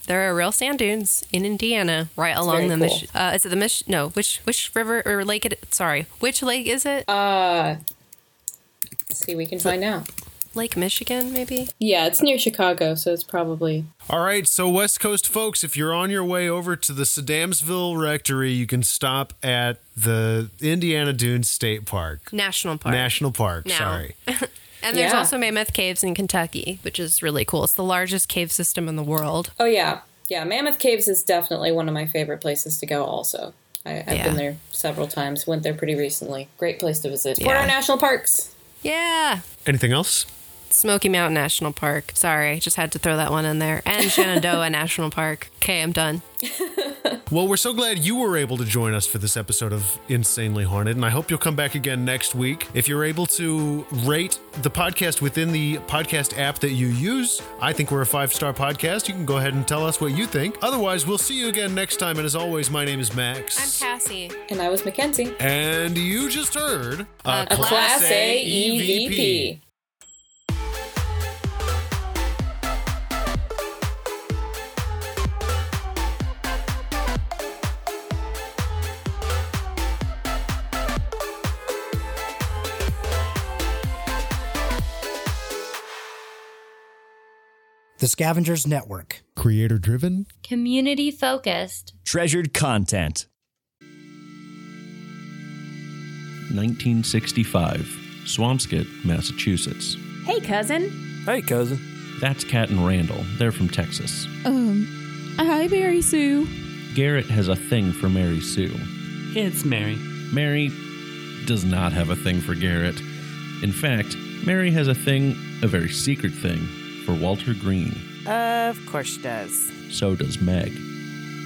[SPEAKER 2] There are real sand dunes in Indiana, right along
[SPEAKER 3] very
[SPEAKER 2] the Mich-
[SPEAKER 3] cool.
[SPEAKER 2] uh, is it the Mich? No, which which river or lake? It sorry, which lake is it?
[SPEAKER 3] Uh, see, we can find out.
[SPEAKER 2] lake Michigan, maybe.
[SPEAKER 3] Yeah, it's near Chicago, so it's probably.
[SPEAKER 1] All right, so West Coast folks, if you're on your way over to the Saddamsville Rectory, you can stop at the Indiana Dunes State Park.
[SPEAKER 2] National Park.
[SPEAKER 1] National Park,
[SPEAKER 2] Now.
[SPEAKER 1] sorry.
[SPEAKER 2] and there's
[SPEAKER 3] Yeah.
[SPEAKER 2] also Mammoth Caves in Kentucky, which is really cool. It's the largest cave system in the world.
[SPEAKER 3] Oh, yeah. Yeah, Mammoth Caves is definitely one of my favorite places to go, also. I, I've
[SPEAKER 2] Yeah.
[SPEAKER 3] been there several times, went there pretty recently. Great place to visit. What
[SPEAKER 2] Yeah.
[SPEAKER 3] are national parks?
[SPEAKER 2] Yeah.
[SPEAKER 1] Anything else?
[SPEAKER 2] Smoky Mountain National Park. Sorry, just had to throw that one in there. And Shenandoah National Park. Okay, I'm done.
[SPEAKER 1] Well, we're so glad you were able to join us for this episode of Insanely Haunted, and I hope you'll come back again next week. If you're able to rate the podcast within the podcast app that you use, I think we're a five star podcast. You can go ahead and tell us what you think. Otherwise, we'll see you again next time. And as always, my name is Max.
[SPEAKER 2] Cassie.
[SPEAKER 3] And I was Mackenzie.
[SPEAKER 1] and you just heard
[SPEAKER 2] A E Class
[SPEAKER 3] Class A
[SPEAKER 1] E
[SPEAKER 3] E EVP.
[SPEAKER 6] The Scavengers Network.
[SPEAKER 1] Creator driven.
[SPEAKER 7] Community focused.
[SPEAKER 8] Treasured content.
[SPEAKER 9] 1965, Swampscott, Massachusetts.
[SPEAKER 10] Hey, cousin.
[SPEAKER 11] Hey, cousin.
[SPEAKER 9] That's Cat and Randall. They're from Texas.
[SPEAKER 10] Um, hi, Mary Sue.
[SPEAKER 9] Garrett has a thing for Mary Sue.
[SPEAKER 11] It's Mary.
[SPEAKER 9] Mary does not have a thing for Garrett. In fact, Mary has a thing, a very secret thing, for Walter Green.
[SPEAKER 10] Of course she does.
[SPEAKER 9] So does Meg.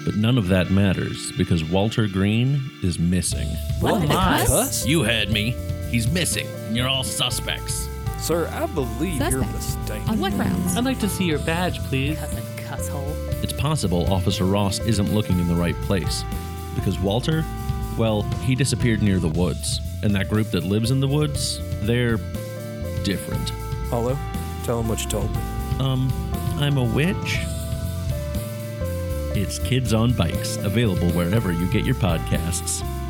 [SPEAKER 9] But none of that matters because Walter Green is missing.
[SPEAKER 11] What
[SPEAKER 10] the cuss?
[SPEAKER 9] You had me. He's missing, and you're all suspects.
[SPEAKER 11] Sir, I believe you're
[SPEAKER 10] Suspect.
[SPEAKER 11] mistaken.
[SPEAKER 10] On what grounds?
[SPEAKER 11] I'd like to see your badge, please.
[SPEAKER 10] Cousin cusshole.
[SPEAKER 9] It's possible Officer Ross isn't looking in the right place because Walter, well, he disappeared near the woods. And that group that lives in the woods, they're different.
[SPEAKER 11] Hello? Tell him what you told me.
[SPEAKER 9] Um, I'm a witch. It's Kids on Bikes, available wherever you get your podcasts.